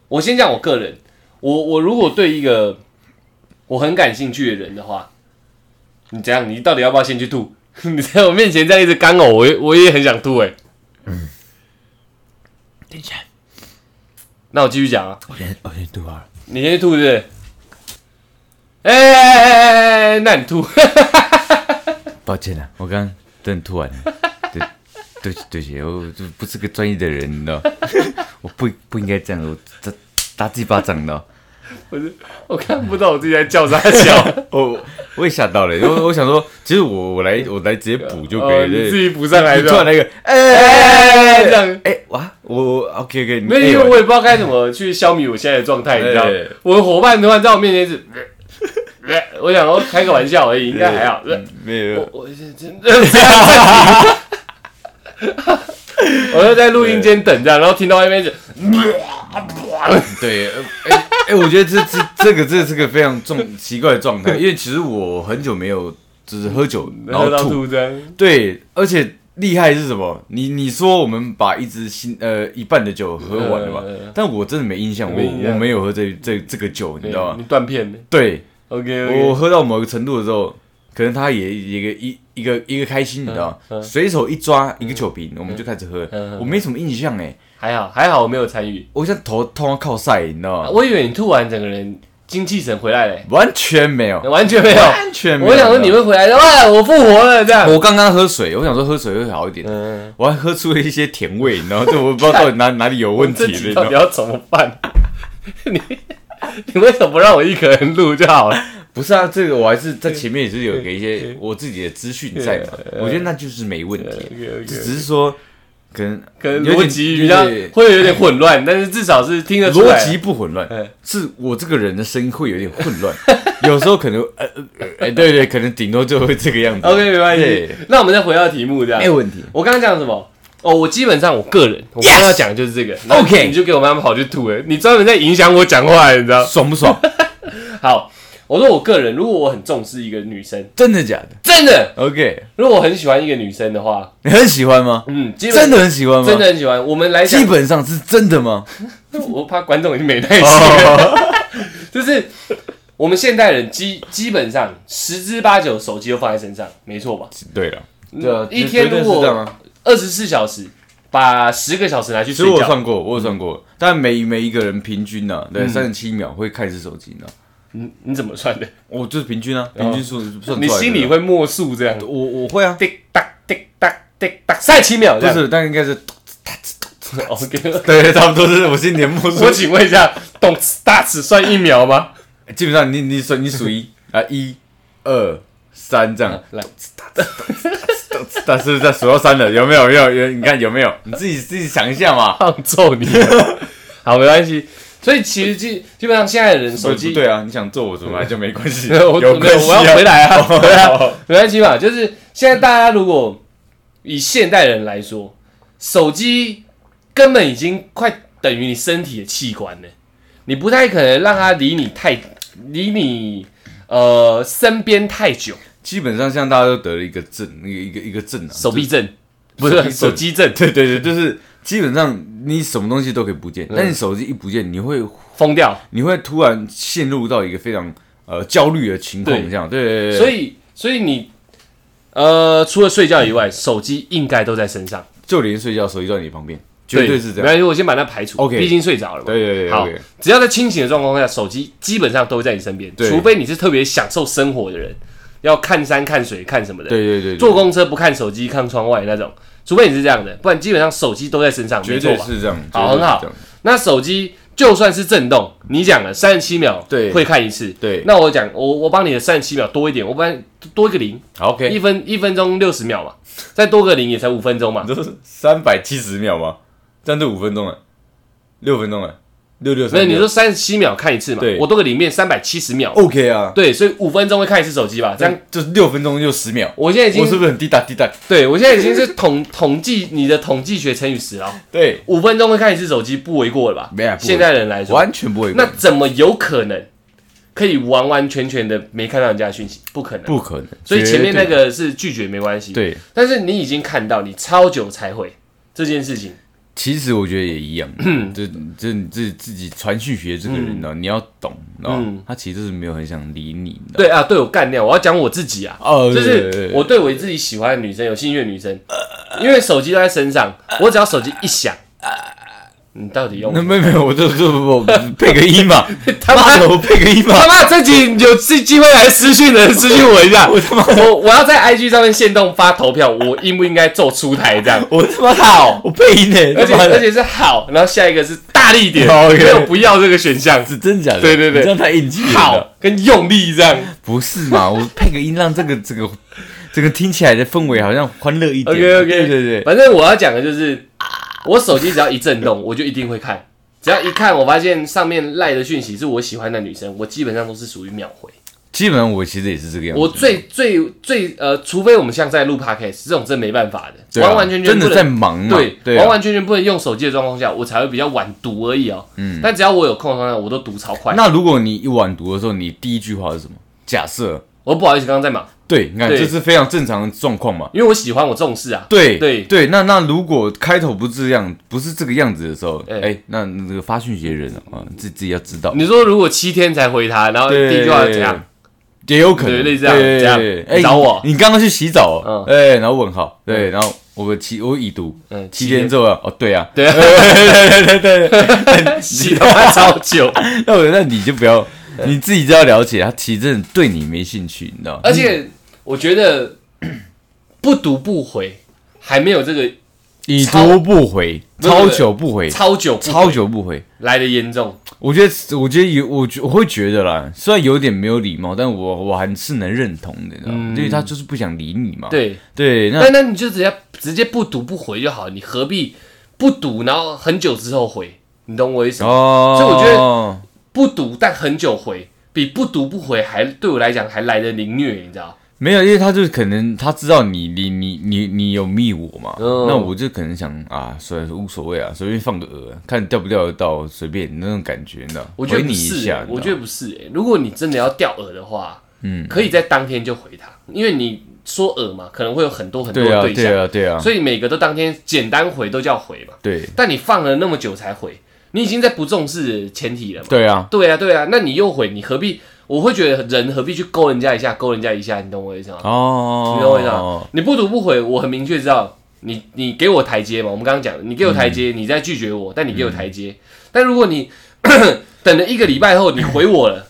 S1: 我先讲我个人，我我如果对一个我很感兴趣的人的话，你怎样？你到底要不要先去吐？你在我面前这样一直干呕，我也我也很想吐哎、
S2: 等一下，
S1: 那我继续讲啊，
S2: 我先我先对话了，
S1: 你先去吐是不是？哎哎哎哎哎哎，那你吐，
S2: 抱歉啊，我刚刚真的 <laughs> 突然，对，对不起对不起，我就不是个专业的人，你知道，我不不应该这样，我打打自己巴掌的，
S1: 我看不到我自己在叫啥叫，
S2: 我我也吓到了，因为我想说，其实我我来我来直接补就可
S1: 哦，
S2: 以
S1: 你
S2: 了
S1: 自。己补上来
S2: 你突然
S1: 的，
S2: 来一个，哎
S1: 哎哎哎
S2: 哎
S1: 这样
S2: 哎哇，我 OK OK，
S1: 没有，因为我也不知道该怎么去消弭我现在的状态，你知道吗
S2: 哎？
S1: 我的伙伴突然在我面前是， <laughs> 我想说开个玩笑而已，应该还好。
S2: 哎嗯没有
S1: 我我是真的这样暂停 <laughs> 我就在录音间等着，然后听到外面就，
S2: 对，呃哎哎，我觉得这这这个这是个非常重奇怪
S1: <laughs>
S2: 的状态，因为其实我很久没有就是喝酒
S1: 然
S2: 然
S1: 后
S2: 后
S1: 嗯到
S2: 吐，
S1: 吐这样，
S2: 对，而且厉害是什么？你你说我们把一支新呃一半的酒喝完了吧？
S1: 呃
S2: 但我真的没印象，我
S1: 没印象
S2: 我没有喝这这这个酒，你知道吗？哦
S1: 你断片了。
S2: 对
S1: OK
S2: 我
S1: OK，
S2: 喝到某个程度的时候，可能他也一个一一个一个开心，你知道吗？
S1: 嗯嗯
S2: 随手一抓一个酒瓶，我们就开始喝
S1: 嗯嗯。
S2: 我没什么印象哎，
S1: 还好还好我没有参与，
S2: 我像头痛到靠晒，你知道吗？
S1: 我以为你吐完整个人精气神回来嘞，
S2: 完全没有，
S1: 完全没有。
S2: 完全没有。
S1: 我想说你会回来的，哇，我复活了这样。
S2: 我刚刚喝水，我想说喝水会好一点，
S1: 嗯，
S2: 我还喝出了一些甜味，你知道吗？这我不知道到底哪哪里有问题
S1: <laughs> 这
S2: 了，你
S1: 集
S2: 知
S1: 到
S2: 道
S1: 底
S2: 吗？
S1: 要怎么办？ <laughs> 你你为什么不让我一个人录就好
S2: <laughs>
S1: 了？
S2: 不是啊，这个我还是在前面也是有给一
S1: 嗯
S2: 些我自己的资讯在嘛，我觉得那就是没问题，只是说可能
S1: 嗯可能
S2: 有
S1: 逻
S2: 点
S1: 辑比较
S2: 有点
S1: 会有点混乱，但是至少是听得出来。
S2: 逻辑不混乱
S1: 嗯，
S2: 是我这个人的声音会有点混乱， <laughs> 有时候可能呃呃呃哎对对，可能顶多就会这个样子。
S1: OK，没关系
S2: 对。哎
S1: 那我们再回到题目这样。
S2: 没有问题。
S1: 我刚刚讲什么？哦，我基本上我个人，我刚刚要讲的就是这个。然后
S2: OK
S1: 你就给我妈妈跑去吐哎了，你专门在影响我讲话，你知
S2: <laughs>
S1: 道？
S2: 爽
S1: <laughs>
S2: 不爽？
S1: 好，我说我个人，如果我很重视一个女生，
S2: 真的假的
S1: 真的，
S2: ？OK，
S1: 如果我很喜欢一个女生的话，
S2: 你很喜欢吗？
S1: 嗯，基本
S2: 真的很喜欢吗？
S1: 真的，很喜欢。我们来讲
S2: 基，本上是真的吗？
S1: 我怕观众已经没耐心了，
S2: 哦
S1: <laughs> 就是。我们现代人基基本上十之八九手机都放在身上，没错吧？
S2: 对了，对啊，
S1: 嗯一天
S2: 绝对
S1: 如
S2: 是
S1: 果
S2: 这样啊，
S1: 二十四小时，把十个小时拿去
S2: 其
S1: 睡
S2: 实我有
S1: 觉，
S2: 算过，我有算
S1: 嗯
S2: 过，但每每一个人平均呢，对，三十七秒会看一次手机呢。
S1: 你你怎么算的？
S2: 我就是平均啊，平均数算出来的。
S1: 哦你心里会默数这样，
S2: 我我会啊，
S1: 滴答滴答滴答，三十七秒
S2: 不
S1: 这样。
S2: 是，但应该是
S1: <laughs> OK，
S2: 对，差不多是我心里的 <laughs> 默数
S1: 我请问一下，懂打只算一秒吗？
S2: 基本上你你数
S1: <laughs>
S2: 你数一啊，一、二、三这样，
S1: 啊
S2: <laughs>
S1: 来，
S2: 但是在数到三了，有没有？有没有有，你看有没有？你自己自己想一下嘛。
S1: 胖揍你！ <laughs> 好，没关系。所以其实基基本上现在的人手
S2: 不
S1: 机，
S2: 对啊，你想做我什么就没关
S1: <laughs>
S2: 系，
S1: 我
S2: 有
S1: 没有
S2: 关系
S1: 我要回来啊，
S2: <laughs>
S1: 回来啊
S2: 哦
S1: 没关系嘛。就是现在大家如果以现代人来说，手机根本已经快等于你身体的器官了，你不太可能让它离你太离你呃身边太久。
S2: 基本上像大家都得了一个症，一个一个一个症啊，
S1: 手臂症，不
S2: 手臂
S1: 是手
S2: 症
S1: 机症，
S2: <laughs> 对对对，就是基本上你什么东西都可以不见，
S1: 嗯
S2: 但你手机一不见，你会
S1: 疯掉。
S2: 你会突然陷入到一个非常呃焦虑的情况，
S1: 对
S2: 这样对对对对，
S1: 所以，所以你呃，除了睡觉以外，手机应该都在身上，
S2: 就连睡觉手机都在你旁边，绝对是这
S1: 没
S2: 样，
S1: 关系，我先把它排除。
S2: OK
S1: 毕竟睡着了嘛。
S2: 对对对，
S1: 好
S2: OK，
S1: 只要在清醒的状况下，手机基本上都会在你身边，
S2: 对
S1: 除非你是特别享受生活的人，要看山看水看什么的，
S2: 对对对，对
S1: 坐公车不看手机看窗外那种，除非你是这样的，不然基本上手机都在身上，
S2: 绝
S1: 没错
S2: 对
S1: 吧？
S2: 是这样，
S1: 好
S2: 绝对是
S1: 很好
S2: 这样
S1: 那手机就算是震动，你讲了三十七秒，
S2: 对
S1: 会看一次。
S2: 对
S1: 那我讲，我我帮你的三十七秒多一点，我帮多一个零，
S2: 好，OK，
S1: 一分一分钟六十秒嘛，再多个零也才五分钟嘛。
S2: 你是三百七十秒吗？这样就五分钟了，六分钟了，六六
S1: 所以
S2: 三。
S1: 你说三十七秒看一次嘛
S2: 对，
S1: 我多个零变三百七十秒，
S2: OK 啊？
S1: 对，所以五分钟会看一次手机吧？这
S2: 这
S1: 样，
S2: 样就是六分钟就十秒，
S1: 我现在已
S2: 我是
S1: 经
S2: 不是很滴答滴答？
S1: 对我现在已经是统 <laughs> 统计你的统计学乘以十了，
S2: 对，
S1: 五分钟会看一次手机不为过了吧？
S2: 没啊不为
S1: 现在人来说，
S2: 完全不会。
S1: 那怎么有可能可以完完全全的没看到人家的讯息？不可能，
S2: 不可能，
S1: 所以前面那
S2: 绝
S1: 个是拒绝没关系，
S2: 对。对，
S1: 但是你已经看到，你超久才回这件事情，
S2: 其实我觉得也
S1: <clears throat>
S2: 一样，这这你自自己传讯学这个人啊呢，你要懂，你知道吗
S1: 嗯
S2: 他其实就是没有很想理你，你知道吗
S1: 对啊，对我干掉，我要讲我自己啊，
S2: 哦
S1: 就
S2: 对对
S1: 是
S2: 对
S1: 我对我自己喜欢的女生有兴趣的女生，因为手机都在身上，我只要手机一响，
S2: 呃
S1: 你到底用
S2: 那没有没有，我就就我配个音嘛，
S1: <laughs> 他
S2: 妈
S1: 妈
S2: 的，我配个音嘛，
S1: 他妈这集有机机会来私讯的人私讯我一
S2: <laughs>
S1: 下，我
S2: 他妈
S1: 我我要在 IG 上面限动发投票，我应不应该做出台这样？
S2: 我他妈好，我配音呢，
S1: 而且
S2: 他妈的
S1: 而且是好，然后下一个是大力一点，
S2: 好，OK
S1: 没有不要这个选项，
S2: 是真假的，
S1: 对对对
S2: 你这样太硬气了。
S1: 好跟用力这样。
S2: 不是嘛？我配个音，让这个这个这个听起来的氛围好像欢乐一点。
S1: OK OK，
S2: 对对对，
S1: 反正我要讲的就是，我手机只要一震动，我就一定会看。只要一看，我发现上面赖的讯息是我喜欢的女生，我基本上都是属于秒回。
S2: 基本上我其实也是这个样子。
S1: 我最最最呃，除非我们像在录 podcast 这种，真没办法的，
S2: 对啊
S1: 完完全全
S2: 真
S1: 不
S2: 的在
S1: 能
S2: 忙嘛？
S1: 对，
S2: 对啊，
S1: 完完全全不能用手机的状况下，我才会比较晚读而已哦。嗯，但只要我有空的话，我都读超快。
S2: 那如果你一晚读的时候，你第一句话是什么？假设
S1: 我不好意思，刚刚在忙，
S2: 对，你看
S1: 对
S2: 这是非常正常的状况嘛。
S1: 因为我喜欢，我重视啊。
S2: 对
S1: 对
S2: 对，那那如果开头不是这样，不是这个样子的时候，哎、
S1: 哎
S2: 那那个发讯息的人啊，自自己要知道，
S1: 你说如果七天才回他，然后
S2: 对
S1: 第一句话怎样？
S2: 也有可能
S1: 对类似这样
S2: 对
S1: 这样
S2: 对
S1: 你找我
S2: 你你刚刚去洗澡、哦，哎、
S1: 嗯
S2: 然后问号，对，然后我七我已读，
S1: 嗯，
S2: 七天之后啊，哦，对啊， <laughs>
S1: 对啊
S2: 对对对对对，
S1: <laughs>
S2: 嗯
S1: 洗他妈超久，
S2: 那我那你就不要，
S1: 嗯
S2: 你自己就要了解，他其实真的对你没兴趣，你知道吗？
S1: 而且我觉得不读不回，还没有这个
S2: 已读不回，
S1: 超
S2: 超久不回，
S1: 超久不
S2: 超久不回。
S1: 来的严重。
S2: 我觉得，我觉得有，我觉我会觉得啦，虽然有点没有礼貌，但我我还是能认同的，你知道吗？因为他就是不想理你嘛。
S1: 嗯对，
S2: 对，那
S1: 那那你就直接直接不读不回就好了，你何必不读，然后很久之后回？你懂我意思吗？
S2: 哦，
S1: 所以我觉
S2: 得
S1: 不读但很久回，比不读不回还对我来讲还来的凌虐，你知道？
S2: 没有，因为他就是可能他知道你你你你你有密我嘛，
S1: 嗯
S2: 那我就可能想啊，虽然无所谓啊，随便放个饵，看钓不钓得到，随便那种感觉，你知道吗？
S1: 我觉得
S2: 回
S1: 不
S2: 你一
S1: 是、
S2: 下
S1: 欸，，
S2: 你知道吗
S1: 我觉得不是、欸。如果你真的要钓饵的话，
S2: 嗯
S1: 嗯，可以在当天就回他，因为你说饵嘛，可能会有很多很多
S2: 对啊
S1: 的，象，
S2: 对啊，对啊，
S1: 所以每个都当天简单回都叫回嘛。
S2: 对
S1: 但你放了那么久才回，你已经在不重视前提了嘛？
S2: 对啊，
S1: 对啊，对啊，那你又回，你何必？我会觉得人何必去勾人家一下，勾人家一下，你懂我意思吗？
S2: 哦，
S1: 你懂我意思吗？你不读不回，我很明确知道你你给我台阶嘛。我们刚刚讲的，你给我台
S2: 嗯
S1: 阶，你在拒绝我，但你给我台阶。但如果你 <coughs> 等了一个礼拜后你回我了，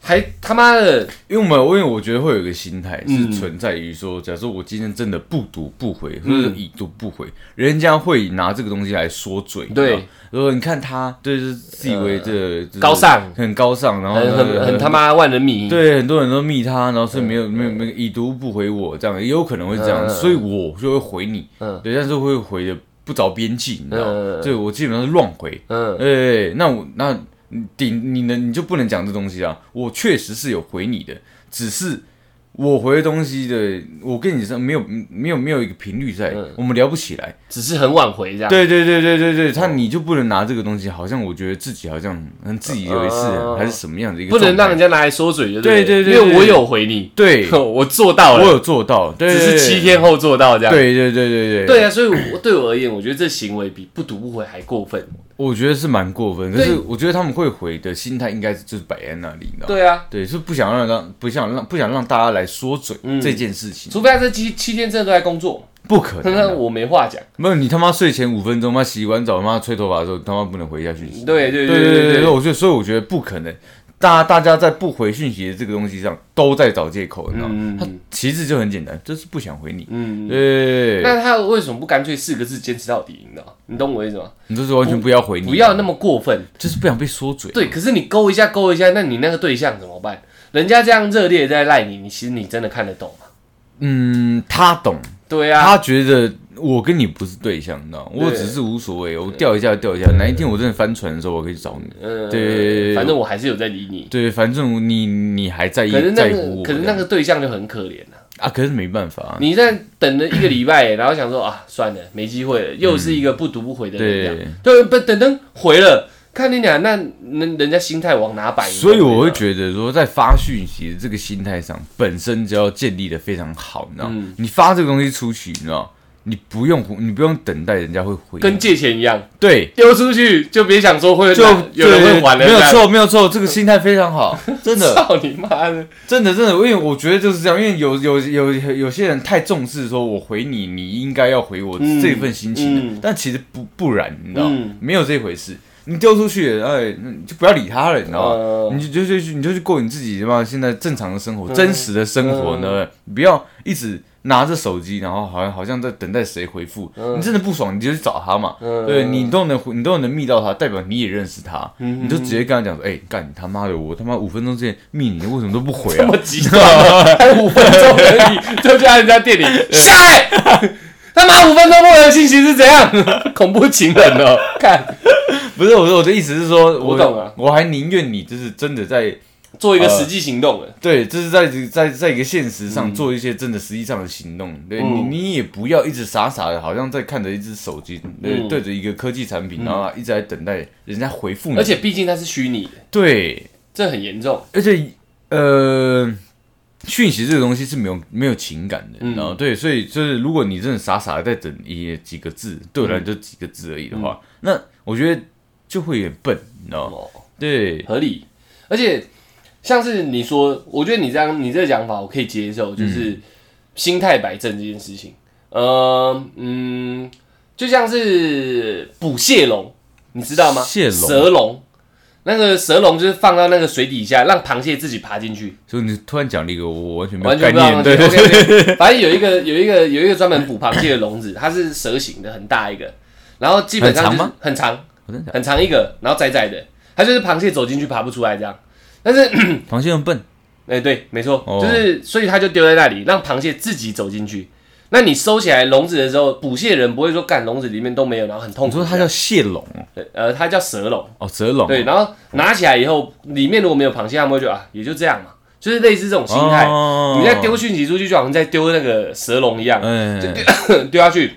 S1: 还他妈的
S2: 因为我们，因为我觉得会有一个心态是
S1: 嗯
S2: 存在于说，假设我今天真的不读不回，或
S1: 嗯
S2: 者是已读不回，人家会拿这个东西来说嘴，
S1: 对呃
S2: 你知道吗，说你看他，对，就是自以为这个就是
S1: 高尚
S2: 很高尚，然后
S1: 很很很他
S2: 们
S1: 妈万人迷。
S2: 嗯对很多人都密他，然后是没有没有没有已读不回我这样，也有可能会这
S1: 嗯
S2: 样，
S1: 嗯
S2: 所以我就会回你，
S1: 嗯
S2: 对，但是会回的不着边际，你知道
S1: 嗯嗯
S2: 吗？
S1: 嗯
S2: 对我基本上是乱回，
S1: 嗯，
S2: 哎，那我那你顶你能你就不能讲这东西啊？我确实是有回你的，只是我回的东西的，我跟你说没有没有没有一个频率在，
S1: 嗯
S2: 我们聊不起来。
S1: 只是很晚回这样。
S2: 对对对对对对，他
S1: 哦
S2: 你就不能拿这个东西，好像我觉得自己好像嗯自己以为是、
S1: 哦
S2: 还是什么样的一个
S1: 不
S2: 状态，
S1: 能让人家拿来说嘴，就
S2: 对
S1: 对
S2: 对对
S1: 因为
S2: 对
S1: 我有回你，
S2: 对
S1: <laughs> 我做到
S2: 我
S1: 了，
S2: 有做到，对
S1: 只是七。天后做到这样。
S2: 对对对对对对，
S1: 对啊，所以我对我而言，我觉得这行为比不读不回还过分。
S2: 我觉得是蛮过分，可是
S1: 对
S2: 我觉得他们会回的心态应该是就是摆在那里，你知道吗？
S1: 对啊，
S2: 对，是不想让让不想让不想让大家来说嘴、
S1: 嗯
S2: 这件事情，
S1: 除非他这七七天真的都在工作，
S2: 不可能 <laughs>
S1: 那
S2: 啊、
S1: 我没话讲。
S2: 没有你他妈睡前五分钟，妈洗完澡，妈吹头发的时候，他妈不能回一下讯息。
S1: 对对
S2: 对
S1: 对
S2: 对对
S1: 对对，
S2: 我觉得所以我觉得不可能。大大家在不回讯息的这个东西上，都在找借口，你知道吗？
S1: 嗯
S2: 他其实就很简单，就是不想回你。
S1: 嗯。
S2: 对，
S1: 那他为什么不干脆四个字坚持到底？你知道吗？你懂我意思吗？
S2: 你就是完全不要回你，
S1: 不要那么过分。
S2: 就是不想被说嘴。
S1: 对，可是你勾一下勾一下，那你那个对象怎么办？人家这样热烈地在赖你，你其实你真的看得懂吗？
S2: 嗯，他懂，
S1: 对啊，
S2: 他觉得我跟你不是对象，你知道吗？我
S1: 对
S2: 只是无所谓，我钓一下就钓一下，哪一天我真的翻船的时候，我可以去找你。
S1: 嗯，
S2: 对
S1: 反正我还是有在理你。
S2: 对，反正你你还在意
S1: 可是那
S2: 在乎
S1: 个，
S2: 我
S1: 可
S2: 这
S1: 是
S2: 样，
S1: 那个对象就很可怜啊。
S2: 啊，可是没办法啊，
S1: 你在等了一个礼
S2: <coughs>
S1: 拜，然后想说啊，算了，没机会了，又是一个不读不回的人，这
S2: 嗯
S1: 样对，不等等回了，看你俩那人人家心态往哪摆，
S2: 所以我会
S1: 得，
S2: 觉得说，在发讯息的这个心态上，本身就要建立的非常好，你知道吗，
S1: 嗯
S2: 你发这个东西出去，你知道吗，你不用你不用等待人家会回你，
S1: 跟借钱一样，
S2: 对。
S1: 丢出去就别想说会
S2: 就
S1: 有人会还的，
S2: 对没
S1: 这
S2: 有
S1: 样，
S2: 错，没有错，这个心态非常好，
S1: <laughs>
S2: 真的，
S1: 操你妈的，
S2: 真的，真的，因为我觉得就是这样，因为有有有有有些人太重视说我回你，你应该要回我
S1: 嗯
S2: 这份心情的，
S1: 嗯
S2: 但其实不不然，你知道、吗
S1: 嗯？
S2: 没有这回事。你丢出去，哎，那你就不要理他了，你知道吗？
S1: 呃
S2: 你就就就你就去过你自己嘛，现在正常的生活，真实的生活呢，你不要一直拿着手机，然后好像好像在等待谁回复。你真的不爽，你就去找他嘛。
S1: 嗯
S2: 对你都能你都能密到他，代表你也认识他，你就直接跟他讲说，哎、干你他妈的，我他妈五分钟之前密你，为什么都不回
S1: 这
S2: 啊
S1: 么？急躁，还五分钟而已，就去人家
S2: <laughs>
S1: 店里下来， <laughs> 他妈五分钟不回的信息是怎样？ <laughs> 恐怖情人哦，看
S2: <laughs> 不是，我说我的意思是说，我
S1: 我懂啊
S2: 我还宁愿你就是真的在
S1: 做一个实际行动了，
S2: 对，这是在在在一个现实上做一些真的实际上的行动。对你，
S1: 嗯
S2: 你也不要一直傻傻的，好像在看着一只手机，对，
S1: 嗯
S2: 对着一个科技产品，然后一直在等待人家回复你。
S1: 而且毕竟它是虚拟的，
S2: 对，
S1: 这很严重。
S2: 而且呃，讯息这个东西是没有没有情感
S1: 嗯
S2: 的，然后对，所以就是如果你真的傻傻的在等一几个字，
S1: 嗯
S2: 对我来说就几个字而已的话，那我觉得就会有点笨，你知道吗？
S1: 哦，
S2: 对，
S1: 合理。而且像是你说，我觉得你这样你这个讲法我可以接受，
S2: 嗯
S1: 就是心态摆正这件事情。呃，嗯，就像是捕蟹笼，你知道吗？
S2: 蟹笼
S1: 蛇笼，那个蛇笼就是放到那个水底下，让螃蟹自己爬进去。
S2: 所以你突然讲了一个我完全没
S1: 完
S2: 有
S1: 全
S2: 概
S1: 不知道
S2: 念，对
S1: o
S2: 对
S1: k o k 反正有一个有一个有一个专门捕螃蟹的笼子，它是蛇形的，很大一个，然后基本上、就是、
S2: 很长吗？
S1: 很长，
S2: <laughs> 我真的
S1: 很长一个，然后窄窄的，它就是螃蟹走进去爬不出来这样。但是，哎、
S2: 螃蟹很笨，
S1: 对，没错，
S2: 哦
S1: 就是所以它就丢在那里，让螃蟹自己走进去。那你收起来笼子的时候，捕蟹人不会说干笼子里面都没有，然后很痛
S2: 你
S1: 苦
S2: 说
S1: 这样。
S2: 它叫蟹笼哦
S1: 对呃，它叫蛇笼。
S2: 哦，蛇笼，
S1: 对，然后拿起来以后，里面如果没有螃蟹，他们会觉得啊，也就这样嘛，就是类似这种心态。
S2: 哦
S1: 你在丢讯息出去，就好像在丢那个蛇笼一样，
S2: 哎，
S1: 丢下去，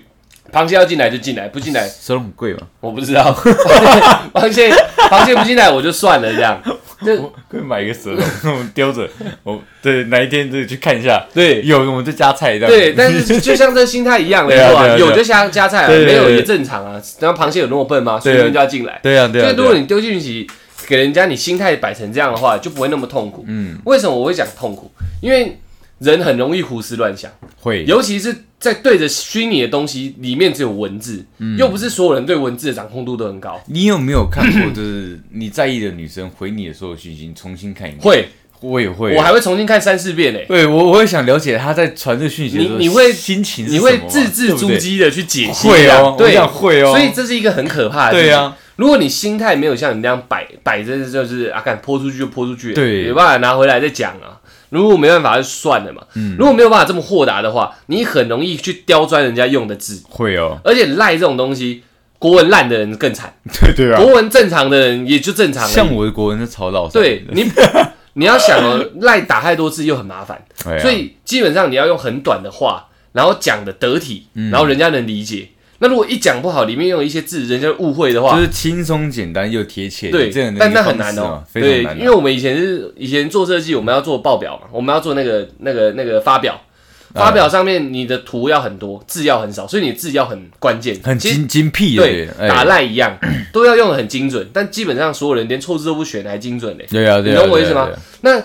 S1: 螃蟹要进来就进来，不进来
S2: 蛇笼很贵嘛，
S1: 我不知道。 <laughs> 螃蟹螃蟹不进来我就算了，这样。就
S2: <laughs> 可以买一个蛇笼， <laughs> 我们丢着，我对哪一天自己去看一下，
S1: 对
S2: 有我们就加菜这样， <laughs>
S1: 对，但是就像这心态一样，没
S2: 对啊
S1: 错
S2: 对啊对啊
S1: 有就加加菜啊，
S2: 对对
S1: 没
S2: 对
S1: 有
S2: 对
S1: 也正常啊。然后螃蟹有那么笨吗？
S2: 对
S1: 随
S2: 啊
S1: 便就要进来。
S2: 对啊对
S1: 所
S2: 啊，
S1: 以如果
S2: 对啊
S1: 你丢讯息给人家，你心态摆成这样的话，就不会那么痛苦。
S2: 嗯
S1: 为什么我会讲痛苦？因为人很容易胡思乱想，
S2: 会
S1: 尤其是在对着虚拟的东西里面只有文字，
S2: 嗯
S1: 又不是所有人对文字的掌控度都很高。
S2: 你有没有看过，就是你在意的女生回你的所有讯息，你重新看一遍？，
S1: 会，
S2: 我也会，
S1: 我还会重新看三四遍呢、
S2: 对我我会想了解她在传这讯息的时候，
S1: 你你会
S2: 心情是
S1: 你
S2: 什么嘛，
S1: 会字字珠
S2: 对不对，
S1: 玑的去解析，
S2: 会
S1: 这样
S2: 哦，我
S1: 对，
S2: 想会哦，
S1: 所以这是一个很可怕的。
S2: 对啊，
S1: 如果你心态没有像你那样摆摆着，就是啊，看泼出去就泼出去，
S2: 对
S1: 有办法拿回来再讲啊。如果没办法就算了嘛，
S2: 嗯
S1: 如果没有办法这么豁达的话，你很容易去刁钻人家用的字，
S2: 会
S1: <laughs>
S2: 哦，
S1: 而且赖这种东西，国文烂的人更惨，
S2: 对对啊
S1: 国，文正常的人也就正常而已。
S2: 像我的国文是超老实的，
S1: 对你， <laughs> 你要想哦，赖打太多字又很麻烦，
S2: 对啊，
S1: 所以基本上你要用很短的话，然后讲的得体，
S2: 嗯
S1: 然后人家能理解。那如果一讲不好，里面又有一些字，人家误会的话
S2: 就，是轻松简单又贴切，
S1: 对
S2: 这样，的
S1: 但
S2: 一个
S1: 那很
S2: 方
S1: 难
S2: 式
S1: 哦
S2: 嘛，非
S1: 对
S2: 常，难
S1: 因为
S2: 啊，
S1: 我们以前是以前做设计，我们要做报表嘛，我们要做那个那个那个发表，
S2: 啊
S1: 发表上面你的图要很多，字要很少，所以你字要很关键，
S2: 很
S1: 其实
S2: 精精辟的，
S1: 对，
S2: 哎
S1: 打赖一样都要用的很精准，但基本上所有人连错字都不选还精准嘞。
S2: 对啊，对
S1: 你
S2: 啊，
S1: 懂我
S2: 对啊
S1: 意思吗？
S2: 对啊
S1: 那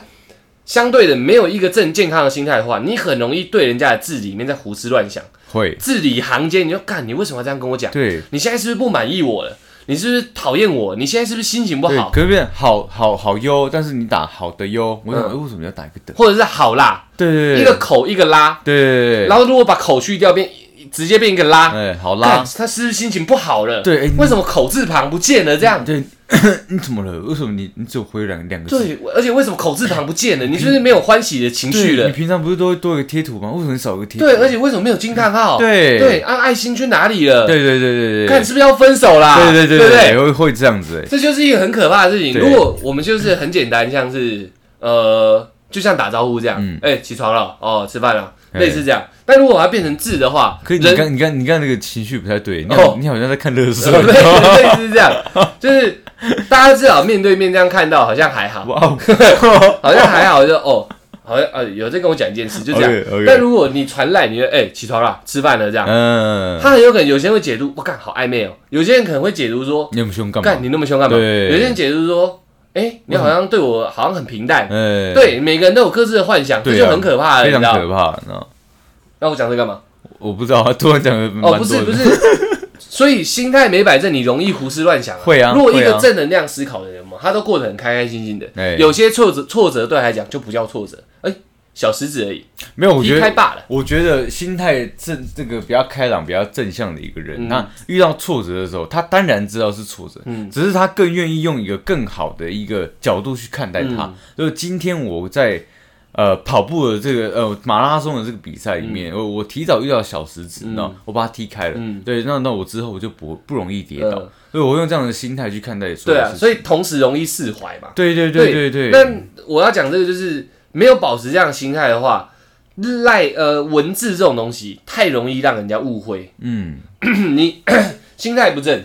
S1: 相对的，没有一个正健康的心态的话，你很容易对人家的字里面在胡思乱想，
S2: 会，
S1: 字里行间你就干，你为什么要这样跟我讲？
S2: 对。
S1: 你现在是不是不满意我了？你是不是讨厌我？你现在是不是心情不
S2: 对
S1: 好，？
S2: 可是变好好好优，但是你打好的优，我想
S1: 嗯
S2: 哎为什么要打一个的？
S1: 或者是好啦，
S2: 对对对，
S1: 一个口一个拉，
S2: 对对对，
S1: 然后如果把口去掉变，直接变一个拉，
S2: 哎，好
S1: 干
S2: 啦，
S1: 他是不是心情不好了？
S2: 对哎你
S1: 为什么口字旁不见了？这样
S2: 对， <coughs> 你怎么了？为什么你你只有回两两个字？
S1: 对，而且为什么口字旁不见了？你是不是没有欢喜的情绪
S2: 你
S1: 了？
S2: 平常不是都会多一个贴图吗？为什么你少一个贴图？
S1: 对，而且为什么没有惊叹号？
S2: 对
S1: 对，啊，爱心去哪里了？
S2: 对对对对对
S1: 看
S2: 对，
S1: 是不是要分手啦？
S2: 对对
S1: 对
S2: 对
S1: 不
S2: 对，会会这样子哎，
S1: 这就是一个很可怕的事情。
S2: 对
S1: 如果我们就是很简单，像是呃，就像打招呼这样，哎、
S2: 嗯
S1: 起床了，哦，吃饭了，
S2: 哎
S1: 类似这样。但如果它变成字的话，
S2: 可以你
S1: 人
S2: 刚你刚你刚那个情绪不太对，你
S1: 哦
S2: 好你好像在看乐色
S1: <laughs> 对，
S2: <laughs>
S1: 类似这样，就是大家至少面对面这样看到，好像还好，
S2: <laughs> 哇哦，
S1: <laughs> 好像还好，就哦。好像呃，有在跟我讲一件事，就这样。
S2: OK，OK
S1: 但如果你传来，你就哎、起床了，吃饭了这样，
S2: <laughs> 嗯，
S1: 他很有可能有些人会解读，我干好暧昧哦。有些人可能会解读说，
S2: 你那么凶干
S1: 干
S2: 嘛？
S1: 你那么凶干嘛？
S2: 对
S1: 有些人解读说，哎、你好像对我好像很平淡。
S2: 哎，，
S1: 对，每个人都有各自的幻想，这
S2: 对啊
S1: 就很可怕了，你
S2: 非
S1: 知
S2: 常
S1: 道
S2: 可？怕，你知道？
S1: 那我讲这干嘛？
S2: 我不知道，突然讲的嗯蛮多
S1: 哦，
S2: 的
S1: 不是不，是， <laughs> 所以心态没摆正，你容易胡思乱想啊。
S2: 会啊
S1: 如果一
S2: 会
S1: 个
S2: 啊
S1: 正能量思考的人嘛，他都过得很开开心心的
S2: 哎。
S1: 有些挫折挫折对他来讲就不叫挫折，哎，小石子而已，
S2: 没有，我觉
S1: 踢开
S2: 得。
S1: 罢了。
S2: 我觉得心态正这个比较开朗、比较正向的一个人，那遇到挫折的时候，他当然知道是挫折，
S1: 嗯
S2: 只是他更愿意用一个更好的一个角度去看待它。
S1: 嗯
S2: 就是今天我在呃跑步的这个呃马拉松的这个比赛里面，我我提早遇到小石子，那、我把它踢开了，
S1: 嗯
S2: 对，那那我之后我就不不容易跌倒，
S1: 嗯
S2: 所以我用这样的心态去看待所
S1: 对
S2: 有
S1: 啊，
S2: 事情。
S1: 所以同时容易释怀嘛。
S2: 对对对对对，
S1: 那我要讲这个就是没有保持这样的心态的话，赖呃文字这种东西太容易让人家误会，
S2: 嗯，
S1: 哦你心态不正，